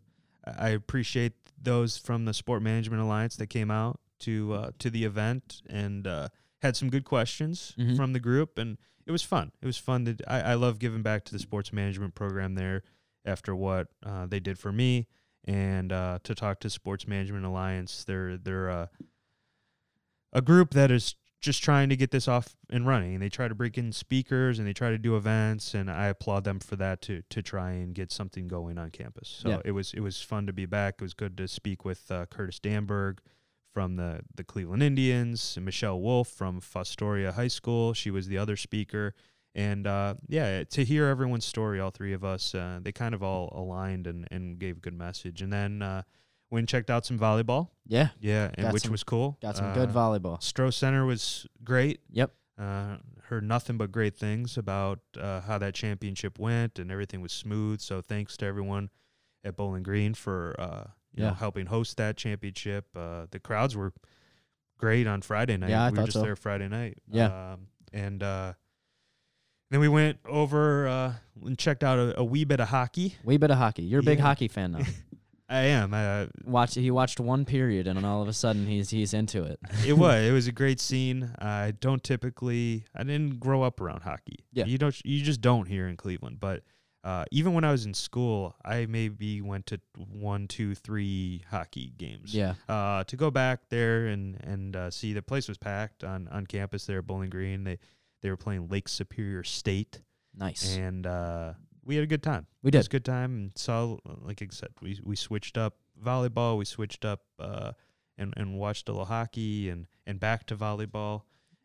[SPEAKER 1] I I appreciate those from the Sport Management Alliance that came out to uh, to the event and uh, had some good questions
[SPEAKER 2] Mhm.
[SPEAKER 1] from the group, and it was fun. It was fun to. I, I love giving back to the sports management program there after what uh, they did for me, and uh, to talk to Sports Management Alliance. They're they're uh, a group that is just trying to get this off and running. They try to bring in speakers and they try to do events, and I applaud them for that to to try and get something going on campus. So
[SPEAKER 2] Yeah.
[SPEAKER 1] it was it was fun to be back. It was good to speak with uh, Curtis Danberg from the the Cleveland Indians, and Michelle Wolf from Fostoria High School. She was the other speaker. And uh, yeah, to hear everyone's story, all three of us, uh, they kind of all aligned and, and gave a good message. And then uh, went and checked out some volleyball,
[SPEAKER 2] Yeah,
[SPEAKER 1] yeah, and
[SPEAKER 2] Got
[SPEAKER 1] which
[SPEAKER 2] some-
[SPEAKER 1] was cool.
[SPEAKER 2] got some good
[SPEAKER 1] Uh,
[SPEAKER 2] volleyball.
[SPEAKER 1] Stroh Center was great.
[SPEAKER 2] Yep.
[SPEAKER 1] Uh, heard nothing but great things about uh, how that championship went and everything was smooth. So thanks to everyone at Bowling Green for uh, you know
[SPEAKER 2] Yeah.
[SPEAKER 1] helping host that championship. Uh, the crowds were great on Friday night.
[SPEAKER 2] Yeah, I
[SPEAKER 1] we were
[SPEAKER 2] thought
[SPEAKER 1] just
[SPEAKER 2] so.
[SPEAKER 1] there Friday night.
[SPEAKER 2] Yeah.
[SPEAKER 1] Um, and uh, then we went over uh, and checked out a, a wee bit of hockey.
[SPEAKER 2] Way bit of hockey. You're a big
[SPEAKER 1] Yeah.
[SPEAKER 2] hockey fan now.
[SPEAKER 1] I am. Uh,
[SPEAKER 2] Watch. He watched one period, and then all of a sudden he's he's into it.
[SPEAKER 1] it was. It was a great scene. I don't typically. I didn't grow up around hockey.
[SPEAKER 2] Yeah.
[SPEAKER 1] You don't. You just don't here in Cleveland. But uh, even when I was in school, I maybe went to one, two, three hockey games.
[SPEAKER 2] Yeah.
[SPEAKER 1] uh, to go back there and and uh, see the place was packed on on campus there at Bowling Green. They they were playing Lake Superior State,
[SPEAKER 2] Nice.
[SPEAKER 1] and uh, we had a good time.
[SPEAKER 2] we
[SPEAKER 1] It was
[SPEAKER 2] did.
[SPEAKER 1] a good time and saw like I said we we switched up volleyball, we switched up uh, and and watched a little hockey and and back to volleyball,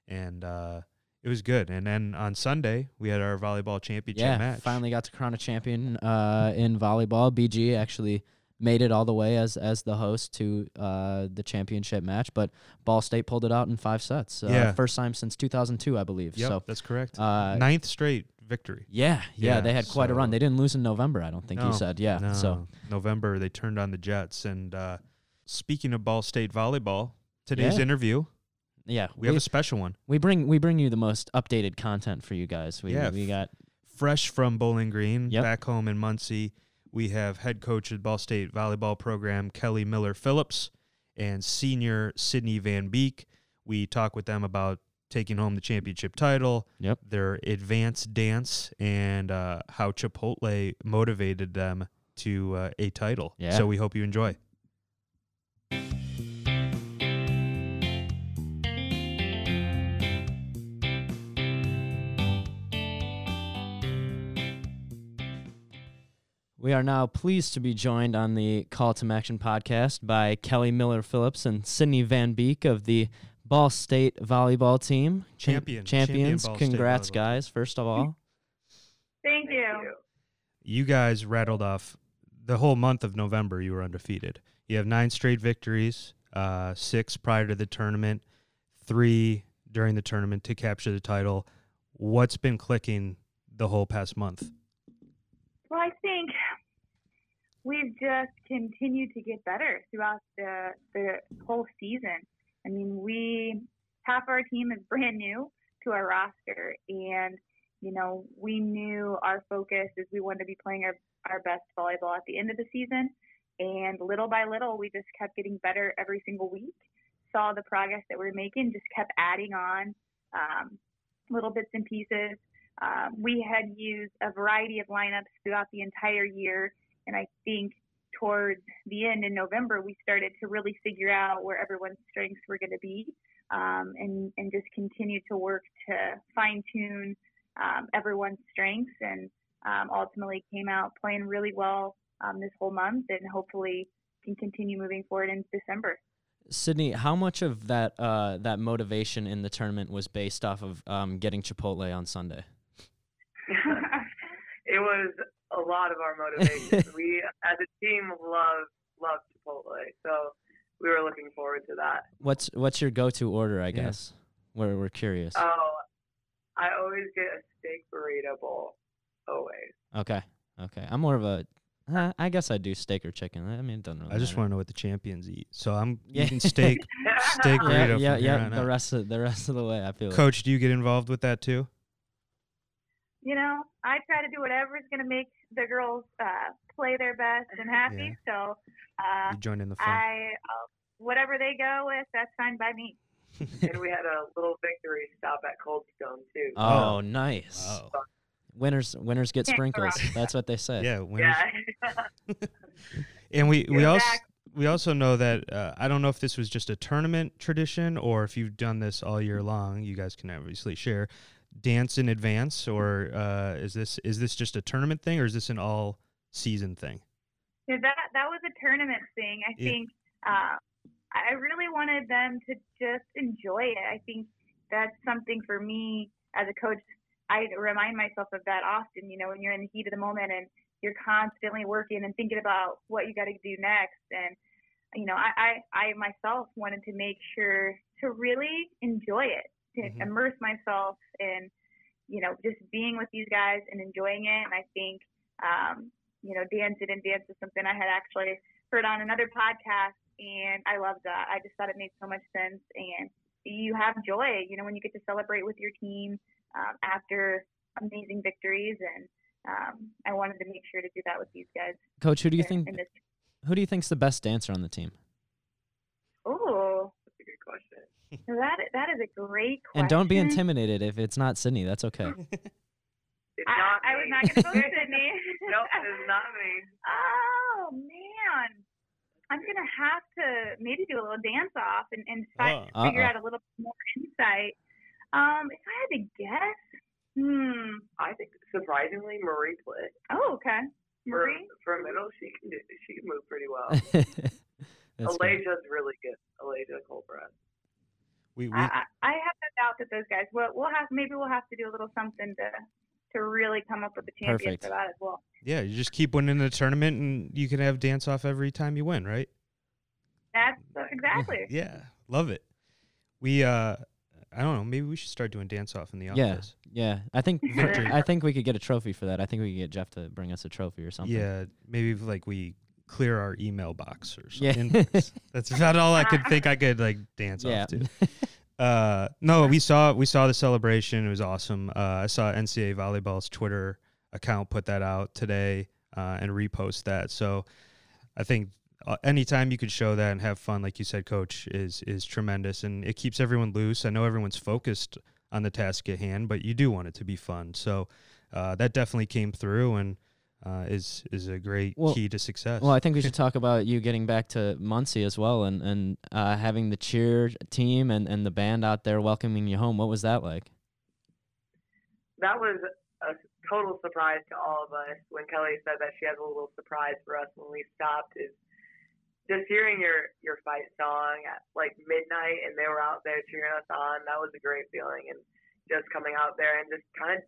[SPEAKER 1] and uh, it was good. And then on Sunday we had our volleyball championship
[SPEAKER 2] Yeah.
[SPEAKER 1] match.
[SPEAKER 2] Finally got to crown a champion uh, in volleyball. BG actually made it all the way as as the host to uh, the championship match, but Ball State pulled it out in five sets. Uh,
[SPEAKER 1] Yeah.
[SPEAKER 2] First time since 2002, I believe.
[SPEAKER 1] Yep,
[SPEAKER 2] So.
[SPEAKER 1] that's correct.
[SPEAKER 2] Uh,
[SPEAKER 1] Ninth straight victory.
[SPEAKER 2] yeah, yeah,
[SPEAKER 1] Yeah,
[SPEAKER 2] they had quite a run.
[SPEAKER 1] so-
[SPEAKER 2] They didn't lose in November, I don't think
[SPEAKER 1] No,
[SPEAKER 2] you said. Yeah,
[SPEAKER 1] No,
[SPEAKER 2] so
[SPEAKER 1] November they turned on the Jets. And uh, speaking of Ball State volleyball, today's
[SPEAKER 2] Yeah.
[SPEAKER 1] interview
[SPEAKER 2] yeah,
[SPEAKER 1] we have a special one,
[SPEAKER 2] We bring we bring you the most updated content for you guys. We
[SPEAKER 1] Yeah,
[SPEAKER 2] we
[SPEAKER 1] f-
[SPEAKER 2] got
[SPEAKER 1] fresh from Bowling Green,
[SPEAKER 2] Yep.
[SPEAKER 1] back home in Muncie. We have head coach of the Ball State volleyball program Kelly Miller Phillips and senior Sydney Van Beek. We talk with them about taking home the championship title,
[SPEAKER 2] Yep.
[SPEAKER 1] their advanced dance, and uh, how Chipotle motivated them to uh, a title.
[SPEAKER 2] Yeah.
[SPEAKER 1] So we hope you enjoy.
[SPEAKER 2] we are now pleased to be joined on the Call to Action podcast by Kelly Miller Phillips and Sydney Van Beek of the Ball State volleyball team. Con-
[SPEAKER 1] Champion-
[SPEAKER 2] champions.
[SPEAKER 1] champion Ball State
[SPEAKER 2] Congrats,
[SPEAKER 1] volleyball team.
[SPEAKER 2] guys! First of all,
[SPEAKER 3] Thank you.
[SPEAKER 1] you guys rattled off the whole month of November. You were undefeated. You have nine straight victories, uh, six prior to the tournament, three during the tournament to capture the title. What's been clicking the whole past month?
[SPEAKER 3] Well, I think we've just continued to get better throughout the the whole season. I mean, we half our team is brand new to our roster, and you know we knew our focus is we wanted to be playing our our best volleyball at the end of the season, and little by little we just kept getting better every single week. Saw the progress that we were making, just kept adding on um, little bits and pieces. Um, we had used a variety of lineups throughout the entire year, and I think towards the end in November, we started to really figure out where everyone's strengths were going to be, um, and and just continue to work to fine tune um, everyone's strengths, and um, ultimately came out playing really well um, this whole month, and hopefully can continue moving forward in December.
[SPEAKER 2] Sydney, how much of that uh, that motivation in the tournament was based off of um, getting Chipotle on Sunday?
[SPEAKER 4] it was a lot of our motivation. we, as a team, love love Chipotle, so we were looking forward to that.
[SPEAKER 2] What's what's your go to order? I
[SPEAKER 1] Yeah.
[SPEAKER 2] guess we're we're curious.
[SPEAKER 4] Oh, I always get a steak burrito bowl, always.
[SPEAKER 2] okay, okay. I'm more of a. Uh, I guess I do steak or chicken. I mean, it doesn't really
[SPEAKER 1] I just
[SPEAKER 2] matter.
[SPEAKER 1] want to know what the champions eat. So I'm
[SPEAKER 2] Yeah.
[SPEAKER 1] eating steak, steak burrito. from
[SPEAKER 2] yeah,
[SPEAKER 1] here
[SPEAKER 2] yeah, yeah.
[SPEAKER 1] on
[SPEAKER 2] The
[SPEAKER 1] out.
[SPEAKER 2] rest of the rest of the way, I feel. it.
[SPEAKER 1] Coach, do you get involved with that too?
[SPEAKER 3] you know, I try to do whatever's going to make the girls uh, play their best and happy. So uh,
[SPEAKER 1] You join in the fun.
[SPEAKER 3] I, uh, whatever they go with, that's fine by me.
[SPEAKER 4] and we had a little victory stop at Coldstone too.
[SPEAKER 2] Oh, nice.
[SPEAKER 1] Wow.
[SPEAKER 2] Winners, winners get
[SPEAKER 3] Can't go wrong.
[SPEAKER 2] sprinkles. That's what they say.
[SPEAKER 1] Yeah, winners.
[SPEAKER 4] yeah,
[SPEAKER 1] And we, we also
[SPEAKER 3] Exact-
[SPEAKER 1] we also know that uh, I don't know if this was just a tournament tradition or if you've done this all year long. You guys can obviously share dance in advance, or uh, is this is this just a tournament thing, or is this an all season thing?
[SPEAKER 3] Yeah, that that was a tournament thing. I
[SPEAKER 1] Yeah.
[SPEAKER 3] think uh, I really wanted them to just enjoy it. I think that's something for me as a coach. I remind myself of that often. You know, when you're in the heat of the moment and you're constantly working and thinking about what you got to do next, and you know, I, I I myself wanted to make sure to really enjoy it, to
[SPEAKER 1] Mhm.
[SPEAKER 3] immerse myself in, you know, just being with these guys and enjoying it. And I think um, you know, dance it and dance is something I had actually heard on another podcast and I love that. I just thought it made so much sense, and you have joy, you know, when you get to celebrate with your team um, after amazing victories, and um, I wanted to make sure to do that with these guys.
[SPEAKER 2] Coach, who do you
[SPEAKER 3] in-
[SPEAKER 2] think
[SPEAKER 3] in this-
[SPEAKER 2] who do you think's the best dancer on the team?
[SPEAKER 3] oh,
[SPEAKER 4] That's a good question.
[SPEAKER 3] that that is a great question.
[SPEAKER 2] And don't be intimidated if it's not Sydney. That's okay.
[SPEAKER 4] It's
[SPEAKER 3] I,
[SPEAKER 4] not
[SPEAKER 3] I
[SPEAKER 4] me.
[SPEAKER 3] was not going to go with Sydney.
[SPEAKER 4] nope, it's not me.
[SPEAKER 3] Oh man, I'm gonna have to maybe do a little dance off and, and fi-
[SPEAKER 2] Oh.
[SPEAKER 3] figure
[SPEAKER 2] Uh-oh.
[SPEAKER 3] out a little more insight. Um, if I had to guess, hmm.
[SPEAKER 4] I think surprisingly Marie Plitt.
[SPEAKER 3] Oh, okay,
[SPEAKER 4] For,
[SPEAKER 3] Marie.
[SPEAKER 4] for middle, she can do, she can move pretty well.
[SPEAKER 2] That's good.
[SPEAKER 4] Elijah's really good. Elijah Colbreth.
[SPEAKER 1] We, we
[SPEAKER 3] I, I I have no doubt that those guys. We'll, we'll have maybe we'll have to do a little something to to really come up with a champion
[SPEAKER 2] Perfect.
[SPEAKER 3] for that as well.
[SPEAKER 1] yeah, you just keep winning the tournament, and you can have dance off every time you win, right?
[SPEAKER 3] That's exactly.
[SPEAKER 1] Yeah, love it. We uh, I don't know. Maybe we should start doing dance off in the
[SPEAKER 2] Yeah,
[SPEAKER 1] office.
[SPEAKER 2] yeah. I think
[SPEAKER 1] Victory.
[SPEAKER 2] I think we could get a trophy for that. I think we could get Jeff to bring us a trophy or something.
[SPEAKER 1] Yeah, maybe if, like we clear our email box or
[SPEAKER 2] Yeah.
[SPEAKER 1] something. That's about all I could think I could like dance
[SPEAKER 2] Yeah.
[SPEAKER 1] off to. Uh, no, we saw we saw the celebration. It was awesome. Uh, I saw NCAA volleyball's Twitter account put that out today uh, and repost that. So I think uh, anytime you could show that and have fun, like you said, Coach, is is tremendous, and it keeps everyone loose. I know everyone's focused on the task at hand, but you do want it to be fun. So uh, that definitely came through and uh, is is a great
[SPEAKER 2] Well-
[SPEAKER 1] key to success.
[SPEAKER 2] Well, I think we should talk about you getting back to Muncie as well, and and uh, having the cheer team and, and the band out there welcoming you home. What was that like?
[SPEAKER 4] That was a total surprise to all of us when Kelly said that she has a little surprise for us when we stopped. Is just hearing your your fight song at like midnight and they were out there cheering us on. That was a great feeling, and just coming out there and just kind of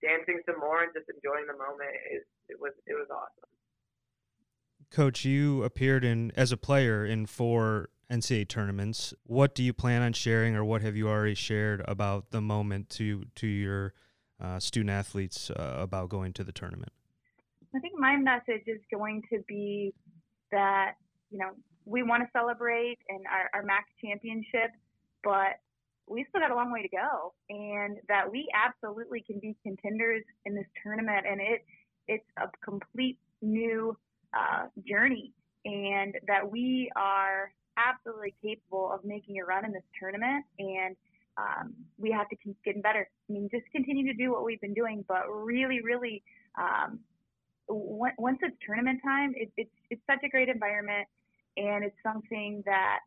[SPEAKER 4] dancing some more and just enjoying the moment is it was it was awesome.
[SPEAKER 1] Coach, you appeared in as a player in four NCAA tournaments. What do you plan on sharing, or what have you already shared about the moment to to your uh, student athletes uh, about going to the tournament?
[SPEAKER 3] I think my message is going to be that, you know, we want to celebrate and our, our MAC championship, but we still got a long way to go and that we absolutely can be contenders in this tournament. And it, it's a complete new uh, journey and that we are absolutely capable of making a run in this tournament. And um, we have to keep getting better. I mean, just continue to do what we've been doing, but really, really, um, on- once it's tournament time, it, it's it's such a great environment, and it's something that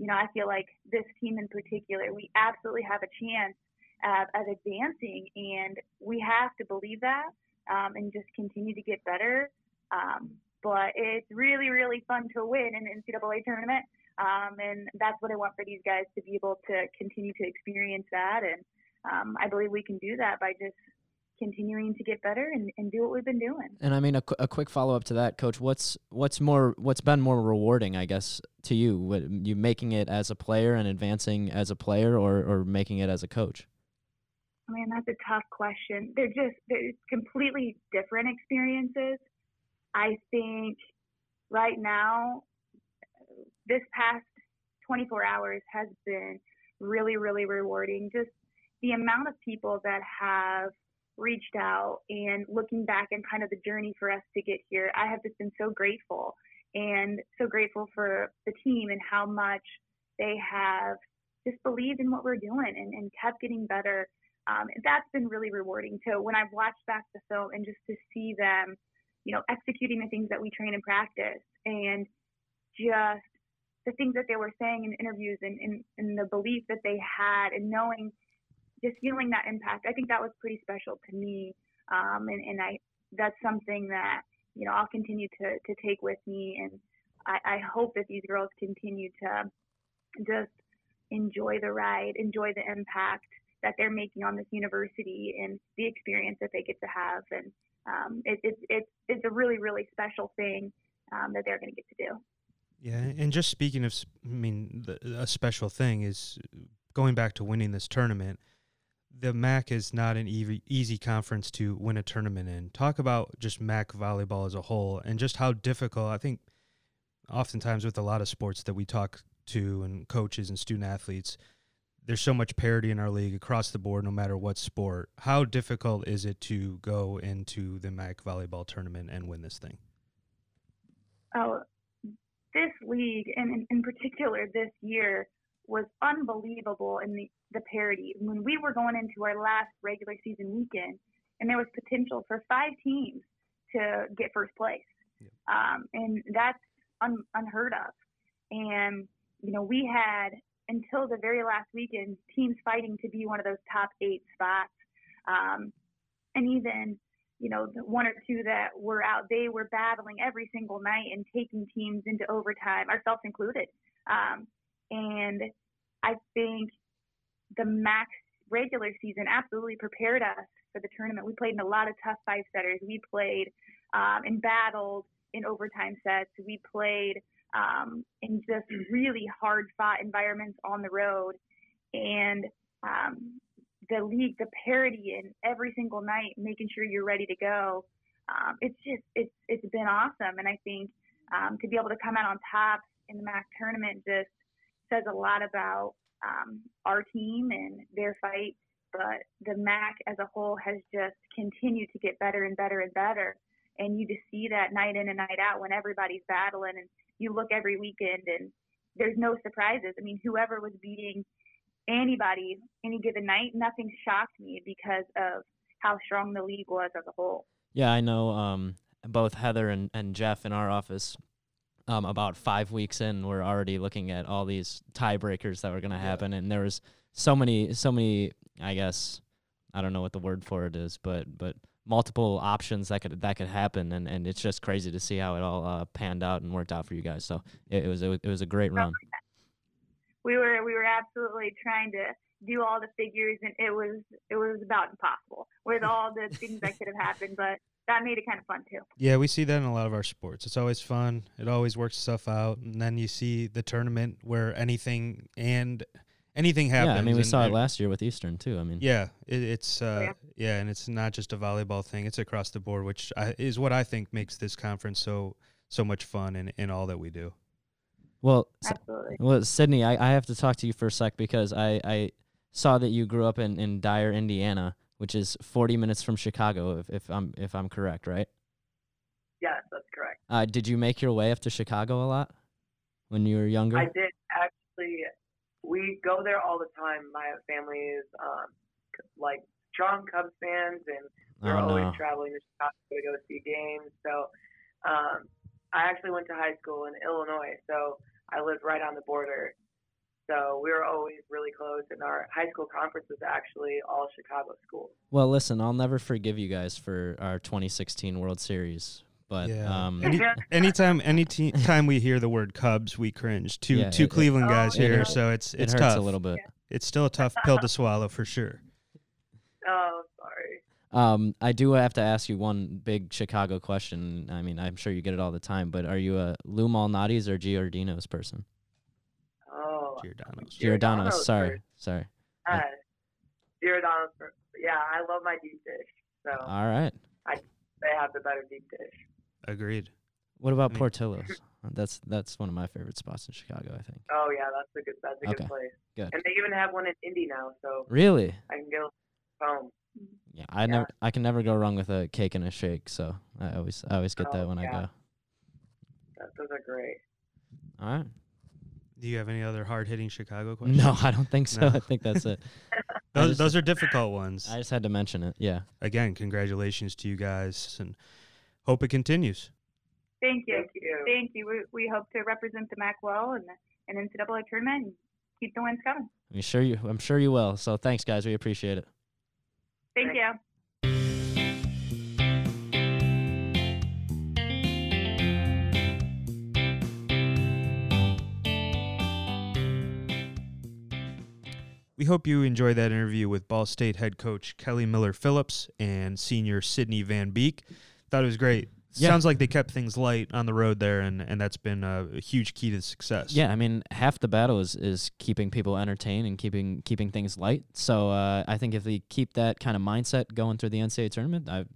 [SPEAKER 3] you know I feel like this team in particular, we absolutely have a chance at, at advancing, and we have to believe that um, and just continue to get better. Um, but it's really really fun to win an NCAA tournament, um, and that's what I want for these guys to be able to continue to experience that, and um, I believe we can do that by just continuing to get better and, and do what we've been doing.
[SPEAKER 2] And I mean, a, qu- a quick follow up to that, Coach. What's what's more what's been more rewarding, I guess, to you? What, you making it as a player and advancing as a player, or or making it as a coach?
[SPEAKER 3] Man, that's a tough question. They're just they're completely different experiences. I think right now, this past 24 hours has been really, really rewarding. Just the amount of people that have reached out and looking back and kind of the journey for us to get here, I have just been so grateful and so grateful for the team and how much they have just believed in what we're doing and, and kept getting better um, that's been really rewarding too. When I've watched back the film and just to see them, you know, executing the things that we train and practice, and just the things that they were saying in interviews, and, and, and the belief that they had, and knowing, just feeling that impact. I think that was pretty special to me, um, and, and I that's something that you know I'll continue to to take with me, and I, I hope that these girls continue to just enjoy the ride, enjoy the impact that they're making on this university and the experience that they get to have. And um, it, it, it, it's a really, really special thing um, that they're going to get to do.
[SPEAKER 1] Yeah, and just speaking of, s- I mean, the, a special thing is going back to winning this tournament. The MAC is not an easy, easy conference to win a tournament in. Talk about just MAC volleyball as a whole, and just how difficult. I think oftentimes with a lot of sports that we talk to and coaches and student athletes, there's so much parity in our league across the board, no matter what sport. How difficult is it to go into the MAC volleyball tournament and win this thing?
[SPEAKER 3] Oh, this league, and in, in particular this year, was unbelievable in the, the parity. When we were going into our last regular season weekend, and there was potential for five teams to get first place. Um, and that's un, unheard of. And, you know, we had until the very last weekend teams fighting to be one of those top eight spots. Um, and even, you know, the one or two that were out, they were battling every single night and taking teams into overtime, ourselves included. Um, and I think the max regular season absolutely prepared us for the tournament. We played in a lot of tough five setters. We played um, and battled in overtime sets. We played um, in just really hard fought environments on the road. And um, the league, the parity in every single night, making sure you're ready to go. Um, it's just, it's, it's been awesome. And I think um, to be able to come out on top in the MAC tournament just says a lot about um, our team and their fight but the MAC as a whole has just continued to get better and better and better. And you just see that night in and night out when everybody's battling, and you look every weekend, and there's no surprises. I mean, whoever was beating anybody any given night, nothing shocked me because of how strong the league was as a whole.
[SPEAKER 2] Yeah, I know um, both Heather and, and Jeff in our office. Um, about five weeks in, we're already looking at all these tiebreakers that were going to happen, yeah. and there was so many, so many I guess I don't know what the word for it is, but but multiple options that could that could happen, and, and it's just crazy to see how it all uh, panned out and worked out for you guys. So it, it was a, it was a great run.
[SPEAKER 3] We were we were absolutely trying to do all the figures, and it was it was about impossible with all the things that could have happened, but. That made it kind of fun too.
[SPEAKER 1] Yeah, we see that in a lot of our sports. It's always fun. It always works stuff out, and then you see the tournament where anything and anything happens.
[SPEAKER 2] Yeah, I mean, we saw it last year with Eastern too. I mean,
[SPEAKER 1] yeah, it, it's uh, yeah. yeah. and it's not just a volleyball thing; it's across the board, which I, is what I think makes this conference so so much fun in, in all that we do.
[SPEAKER 2] Well, Absolutely. well, Sydney, I, I have to talk to you for a sec because I, I saw that you grew up in, in Dyer, Indiana, which is 40 minutes from Chicago, if, if I'm if I'm correct, right?
[SPEAKER 4] Yes, that's correct.
[SPEAKER 2] Uh, did you make your way up to Chicago a lot when you were younger?
[SPEAKER 4] I did actually we go there all the time. My family is um, like strong Cubs fans, and we're oh, always no. traveling to Chicago to go see games. So um, I actually went to high school in Illinois, so I lived right on the border. So we were always really close, and our high school conference was actually all Chicago schools.
[SPEAKER 2] Well, listen, I'll never forgive you guys for our 2016 World Series but yeah. um,
[SPEAKER 1] Any, anytime any te- time we hear the word Cubs, we cringe. Two yeah, two it, Cleveland it, guys oh, here, so it's it's
[SPEAKER 2] it
[SPEAKER 1] tough.
[SPEAKER 2] a little bit. Yeah.
[SPEAKER 1] It's still a tough pill to swallow for sure.
[SPEAKER 4] Oh, sorry.
[SPEAKER 2] Um, I do have to ask you one big Chicago question. I mean, I'm sure you get it all the time, but are you a Lou Malnati's or Giordano's person?
[SPEAKER 4] Oh,
[SPEAKER 1] Giordano's.
[SPEAKER 2] Giordano's. Sorry, first. sorry.
[SPEAKER 4] Uh, Giordano's. First. Yeah, I love my deep dish. So.
[SPEAKER 2] All right.
[SPEAKER 4] I, they have the better deep dish.
[SPEAKER 1] Agreed.
[SPEAKER 2] What about I mean, Portillo's? That's that's one of my favorite spots in Chicago. I think.
[SPEAKER 4] Oh yeah, that's a good that's a okay. good place.
[SPEAKER 2] Good.
[SPEAKER 4] And they even have one in Indy now, so.
[SPEAKER 2] Really.
[SPEAKER 4] I can go home.
[SPEAKER 2] Yeah, I yeah. never I can never go wrong with a cake and a shake. So I always I always get
[SPEAKER 4] oh,
[SPEAKER 2] that when
[SPEAKER 4] yeah.
[SPEAKER 2] I go.
[SPEAKER 4] Those are great.
[SPEAKER 2] All right.
[SPEAKER 1] Do you have any other hard hitting Chicago questions?
[SPEAKER 2] No, I don't think so. No. I think that's it.
[SPEAKER 1] those just, those are difficult ones.
[SPEAKER 2] I just had to mention it. Yeah.
[SPEAKER 1] Again, congratulations to you guys and hope it continues.
[SPEAKER 3] Thank you. Thank you. Thank you. We, we hope to represent the MAC well in the, in NCAA tournament and keep the wins coming.
[SPEAKER 2] I'm sure you I'm sure you will. So thanks guys, we appreciate it.
[SPEAKER 3] Thank you.
[SPEAKER 1] We hope you enjoy that interview with Ball State head coach Kelly Miller Phillips and senior Sydney Van Beek thought it was great. Yeah. Sounds like they kept things light on the road there, and, and that's been a, a huge key to success.
[SPEAKER 2] Yeah, I mean, half the battle is, is keeping people entertained and keeping keeping things light. So uh, I think if they keep that kind of mindset going through the NCAA tournament, I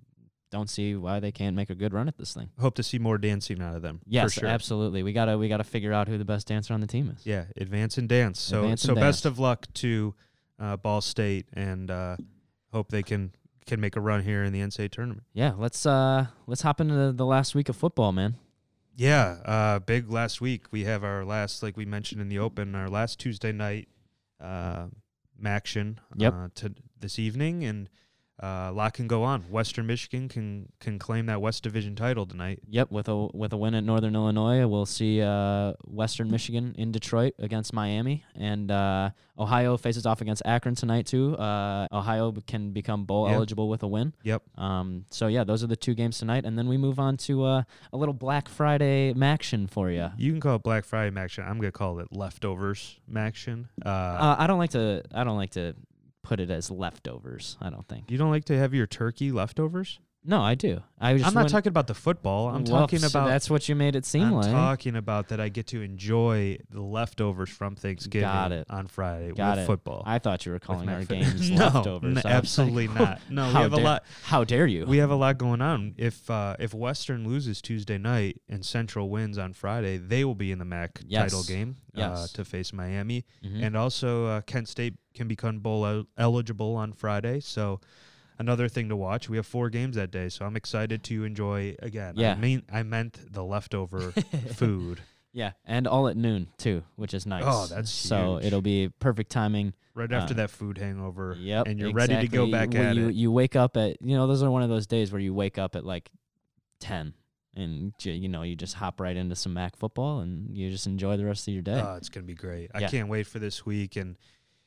[SPEAKER 2] don't see why they can't make a good run at this thing.
[SPEAKER 1] Hope to see more dancing out of them.
[SPEAKER 2] Yes,
[SPEAKER 1] for sure.
[SPEAKER 2] absolutely. We gotta we gotta figure out who the best dancer on the team is.
[SPEAKER 1] Yeah, advance and dance. So
[SPEAKER 2] Advance
[SPEAKER 1] so
[SPEAKER 2] and
[SPEAKER 1] best
[SPEAKER 2] dance.
[SPEAKER 1] of luck to uh, Ball State, and uh, hope they can can make a run here in the NCAA tournament.
[SPEAKER 2] Yeah, let's uh let's hop into the last week of football, man.
[SPEAKER 1] Yeah, uh, big last week. We have our last, like we mentioned in the open, our last Tuesday night uh, action
[SPEAKER 2] Yep.
[SPEAKER 1] uh, to this evening, and uh, a lot can go on. Western Michigan can can claim that West Division title tonight.
[SPEAKER 2] Yep, with a with a win at Northern Illinois, we'll see uh, Western Michigan in Detroit against Miami, and uh, Ohio faces off against Akron tonight too. Uh, Ohio b- can become bowl
[SPEAKER 1] Yeah.
[SPEAKER 2] eligible with a win.
[SPEAKER 1] Yep.
[SPEAKER 2] Um, so yeah, those are the two games tonight, and then we move on to uh, a little Black Friday maction for you.
[SPEAKER 1] You can call it Black Friday action. I'm gonna call it leftovers action. Uh,
[SPEAKER 2] Uh, I don't like to I don't like to put it as leftovers. I don't think.
[SPEAKER 1] you don't like to have your turkey leftovers?
[SPEAKER 2] No, I do. I just
[SPEAKER 1] I'm not
[SPEAKER 2] wouldn't-
[SPEAKER 1] talking about the football. I'm
[SPEAKER 2] Well,
[SPEAKER 1] talking
[SPEAKER 2] so
[SPEAKER 1] about
[SPEAKER 2] that's what you made it seem
[SPEAKER 1] I'm
[SPEAKER 2] like.
[SPEAKER 1] talking about that I get to enjoy the leftovers from Thanksgiving
[SPEAKER 2] Got it.
[SPEAKER 1] on Friday
[SPEAKER 2] Got
[SPEAKER 1] with
[SPEAKER 2] it.
[SPEAKER 1] football.
[SPEAKER 2] I thought you were calling
[SPEAKER 1] Matt
[SPEAKER 2] our
[SPEAKER 1] Fitz.
[SPEAKER 2] games
[SPEAKER 1] No, n-
[SPEAKER 2] leftovers. I was
[SPEAKER 1] absolutely
[SPEAKER 2] like,
[SPEAKER 1] not. No, we
[SPEAKER 2] how
[SPEAKER 1] have a
[SPEAKER 2] dare-
[SPEAKER 1] lot-
[SPEAKER 2] How dare you?
[SPEAKER 1] We have a lot going on. If uh, if Western loses Tuesday night and Central wins on Friday, they will be in the MAC title
[SPEAKER 2] Yes.
[SPEAKER 1] game uh,
[SPEAKER 2] Yes.
[SPEAKER 1] to face Miami,
[SPEAKER 2] Mhm.
[SPEAKER 1] and also uh, Kent State can become bowl el- eligible on Friday. So another thing to watch. We have four games that day, so I'm excited to enjoy again.
[SPEAKER 2] Yeah.
[SPEAKER 1] I mean, I meant the leftover food
[SPEAKER 2] yeah, and all at noon too, which is nice.
[SPEAKER 1] Oh, that's
[SPEAKER 2] so
[SPEAKER 1] huge.
[SPEAKER 2] it'll be perfect timing.
[SPEAKER 1] right after
[SPEAKER 2] Uh,
[SPEAKER 1] that food hangover.
[SPEAKER 2] Yep,
[SPEAKER 1] and you're ready to go
[SPEAKER 2] exactly.
[SPEAKER 1] back
[SPEAKER 2] Well,
[SPEAKER 1] at
[SPEAKER 2] you,
[SPEAKER 1] it.
[SPEAKER 2] You wake up at you know those are one of those days where you wake up at like ten, and j- you know you just hop right into some Mac football and you just enjoy the rest of your day.
[SPEAKER 1] Oh, it's gonna be great. I
[SPEAKER 2] Yeah.
[SPEAKER 1] can't wait for this week and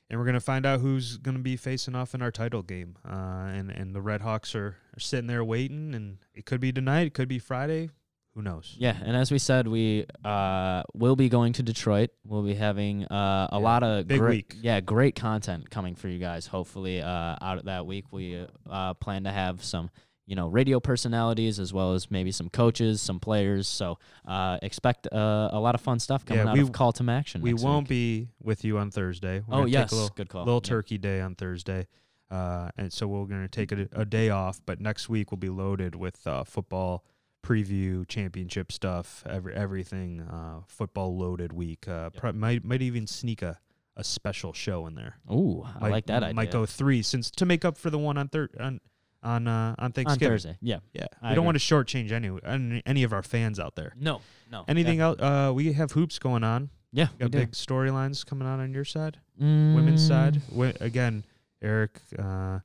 [SPEAKER 1] and we're gonna find out who's gonna be facing off in our title game. Uh, and and the Red Hawks are, are sitting there waiting, and it could be tonight, it could be Friday. Who knows?
[SPEAKER 2] Yeah, and as we said, we uh, will be going to Detroit. We'll be having uh, a
[SPEAKER 1] Yeah,
[SPEAKER 2] lot of
[SPEAKER 1] big
[SPEAKER 2] great,
[SPEAKER 1] week.
[SPEAKER 2] yeah, great content coming for you guys. Hopefully, uh, out of that week, we uh, plan to have some, you know, radio personalities as well as maybe some coaches, some players. So uh, expect uh, a lot of fun stuff coming
[SPEAKER 1] Yeah,
[SPEAKER 2] out
[SPEAKER 1] we-
[SPEAKER 2] of Call to Action.
[SPEAKER 1] we
[SPEAKER 2] next
[SPEAKER 1] won't
[SPEAKER 2] week.
[SPEAKER 1] be with you on Thursday. We're
[SPEAKER 2] Oh
[SPEAKER 1] gonna take a
[SPEAKER 2] yes,
[SPEAKER 1] little,
[SPEAKER 2] good call.
[SPEAKER 1] little
[SPEAKER 2] Yeah.
[SPEAKER 1] Turkey Day on Thursday. Uh, and so we're going to take a, a day off, but next week we'll be loaded with uh, football preview, championship stuff, every everything uh, football loaded week. Uh, pro- might might even sneak a, a special show in there.
[SPEAKER 2] Ooh, I
[SPEAKER 1] Might-
[SPEAKER 2] like that idea.
[SPEAKER 1] Might go three since to make up for the one on thir- on on uh, on
[SPEAKER 2] on
[SPEAKER 1] Thanksgiving.
[SPEAKER 2] Thursday. Yeah.
[SPEAKER 1] Yeah,
[SPEAKER 2] I
[SPEAKER 1] we don't
[SPEAKER 2] agree.
[SPEAKER 1] want to shortchange any any- any of our fans out there.
[SPEAKER 2] No, no.
[SPEAKER 1] Anything else? Uh, we have hoops going on.
[SPEAKER 2] Yeah. we
[SPEAKER 1] Got
[SPEAKER 2] do.
[SPEAKER 1] big storylines coming on on your side women's
[SPEAKER 2] Mm,
[SPEAKER 1] side. Wi- again, Eric uh,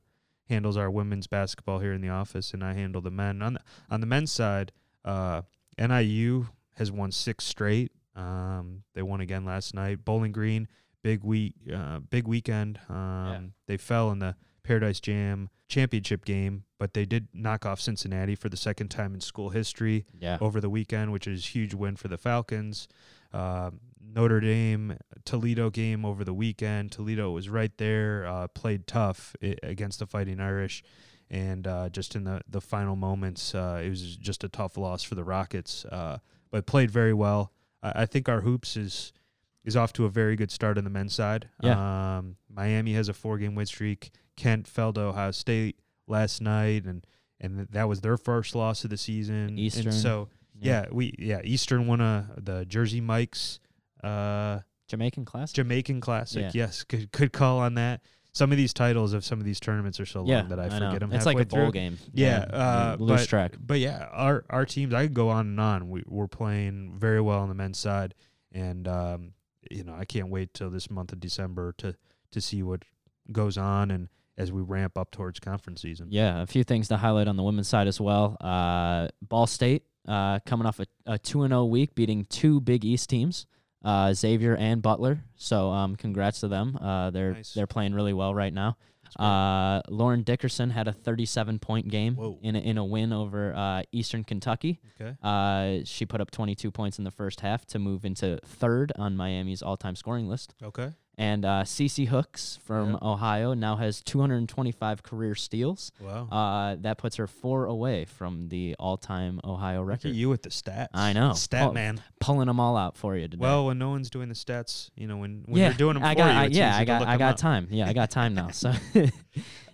[SPEAKER 1] handles our women's basketball here in the office, and I handle the men. On the, on the men's side, uh, NIU has won six straight. Um, they won again last night. Bowling Green, big week, uh, big weekend. Um, They fell in the Paradise Jam championship game, but they did knock off Cincinnati for the second time in school history
[SPEAKER 2] Yeah.
[SPEAKER 1] over the weekend, which is huge win for the Falcons. Uh, Notre Dame Toledo game over the weekend. Toledo was right there, uh, played tough i- against the Fighting Irish, and uh, just in the the final moments, uh, it was just a tough loss for the Rockets. Uh, but played very well. I, I think our hoops is is off to a very good start on the men's side. Um, Miami has a four game win streak. Kent fell to Ohio State last night, and and th- that was their first loss of the season.
[SPEAKER 2] Eastern.
[SPEAKER 1] And so
[SPEAKER 2] Yeah.
[SPEAKER 1] yeah, we yeah Eastern won a the Jersey Mike's uh,
[SPEAKER 2] Jamaican class.
[SPEAKER 1] Jamaican Classic.
[SPEAKER 2] Yeah.
[SPEAKER 1] Yes, good good call on that. Some of these titles of some of these tournaments are so
[SPEAKER 2] yeah,
[SPEAKER 1] long that I,
[SPEAKER 2] know.
[SPEAKER 1] forget them.
[SPEAKER 2] It's like a
[SPEAKER 1] halfway
[SPEAKER 2] bowl
[SPEAKER 1] through.
[SPEAKER 2] game.
[SPEAKER 1] Yeah, uh,
[SPEAKER 2] you lose
[SPEAKER 1] but-
[SPEAKER 2] track.
[SPEAKER 1] But yeah, our our teams. I could go on and on. We we're playing very well on the men's side, and um, you know I can't wait till this month of December to to see what goes on and as we ramp up towards conference season.
[SPEAKER 2] Yeah, a few things to highlight on the women's side as well. Uh, Ball State uh, coming off a, a 2 0 week, beating two Big East teams, uh, Xavier and Butler. So um, congrats to them. Uh, they're,
[SPEAKER 1] Nice.
[SPEAKER 2] they're playing really well right now.
[SPEAKER 1] great.
[SPEAKER 2] Uh, Lauren Dickerson had a 37 point game
[SPEAKER 1] Whoa.
[SPEAKER 2] in a, in a win over uh, Eastern Kentucky.
[SPEAKER 1] Okay.
[SPEAKER 2] Uh, she put up 22 points in the first half to move into third on Miami's all time scoring list.
[SPEAKER 1] Okay.
[SPEAKER 2] And uh, Cece Hooks from
[SPEAKER 1] Yep.
[SPEAKER 2] Ohio now has 225 career steals.
[SPEAKER 1] Wow.
[SPEAKER 2] Uh, that puts her four away from the all-time Ohio
[SPEAKER 1] Look at
[SPEAKER 2] record.
[SPEAKER 1] you with the stats.
[SPEAKER 2] I know.
[SPEAKER 1] stat
[SPEAKER 2] Oh,
[SPEAKER 1] man.
[SPEAKER 2] Pulling them all out for you today.
[SPEAKER 1] Well, when no one's doing the stats, you know, when, when
[SPEAKER 2] yeah,
[SPEAKER 1] you're doing them
[SPEAKER 2] I
[SPEAKER 1] for
[SPEAKER 2] got,
[SPEAKER 1] you,
[SPEAKER 2] I,
[SPEAKER 1] it's
[SPEAKER 2] yeah,
[SPEAKER 1] easy
[SPEAKER 2] I
[SPEAKER 1] to
[SPEAKER 2] got,
[SPEAKER 1] look
[SPEAKER 2] I
[SPEAKER 1] 'em
[SPEAKER 2] got
[SPEAKER 1] up.
[SPEAKER 2] time. Yeah, I got time now. So,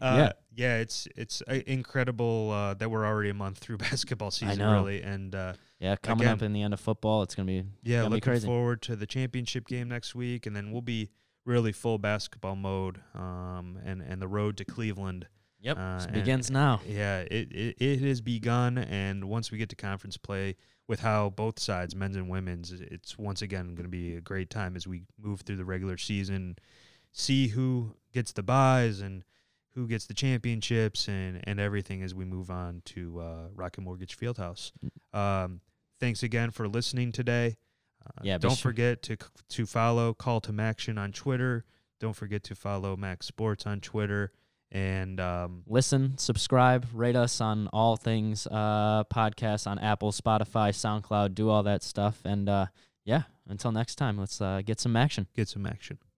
[SPEAKER 1] Uh, yeah, it's it's uh, incredible uh, that we're already a month through basketball season,
[SPEAKER 2] know.
[SPEAKER 1] really. And uh,
[SPEAKER 2] Yeah, coming up
[SPEAKER 1] Again.
[SPEAKER 2] in the end of football, it's gonna be
[SPEAKER 1] yeah,
[SPEAKER 2] gonna be
[SPEAKER 1] looking
[SPEAKER 2] crazy.
[SPEAKER 1] forward to the championship game next week, and then we'll be really full basketball mode. Um, and and the road to Cleveland.
[SPEAKER 2] yep.
[SPEAKER 1] Uh,
[SPEAKER 2] This
[SPEAKER 1] and-
[SPEAKER 2] begins now.
[SPEAKER 1] Yeah, it, it it has begun, and once we get to conference play with how both sides, men's and women's, it- it's once again going to be a great time as we move through the regular season, see who gets the buys and who gets the championships and and everything as we move on to uh, Rocket Mortgage Fieldhouse.
[SPEAKER 2] Mm.
[SPEAKER 1] Um, thanks again for listening today. Uh,
[SPEAKER 2] Yeah, be
[SPEAKER 1] don't
[SPEAKER 2] sure-
[SPEAKER 1] forget to c- to follow Call to Action on Twitter. Don't forget to follow Max Sports on Twitter. And um,
[SPEAKER 2] Listen, subscribe, rate us on all things uh, podcasts on Apple, Spotify, SoundCloud. Do all that stuff, and uh, yeah. Until next time, let's uh, get some action.
[SPEAKER 1] get some action.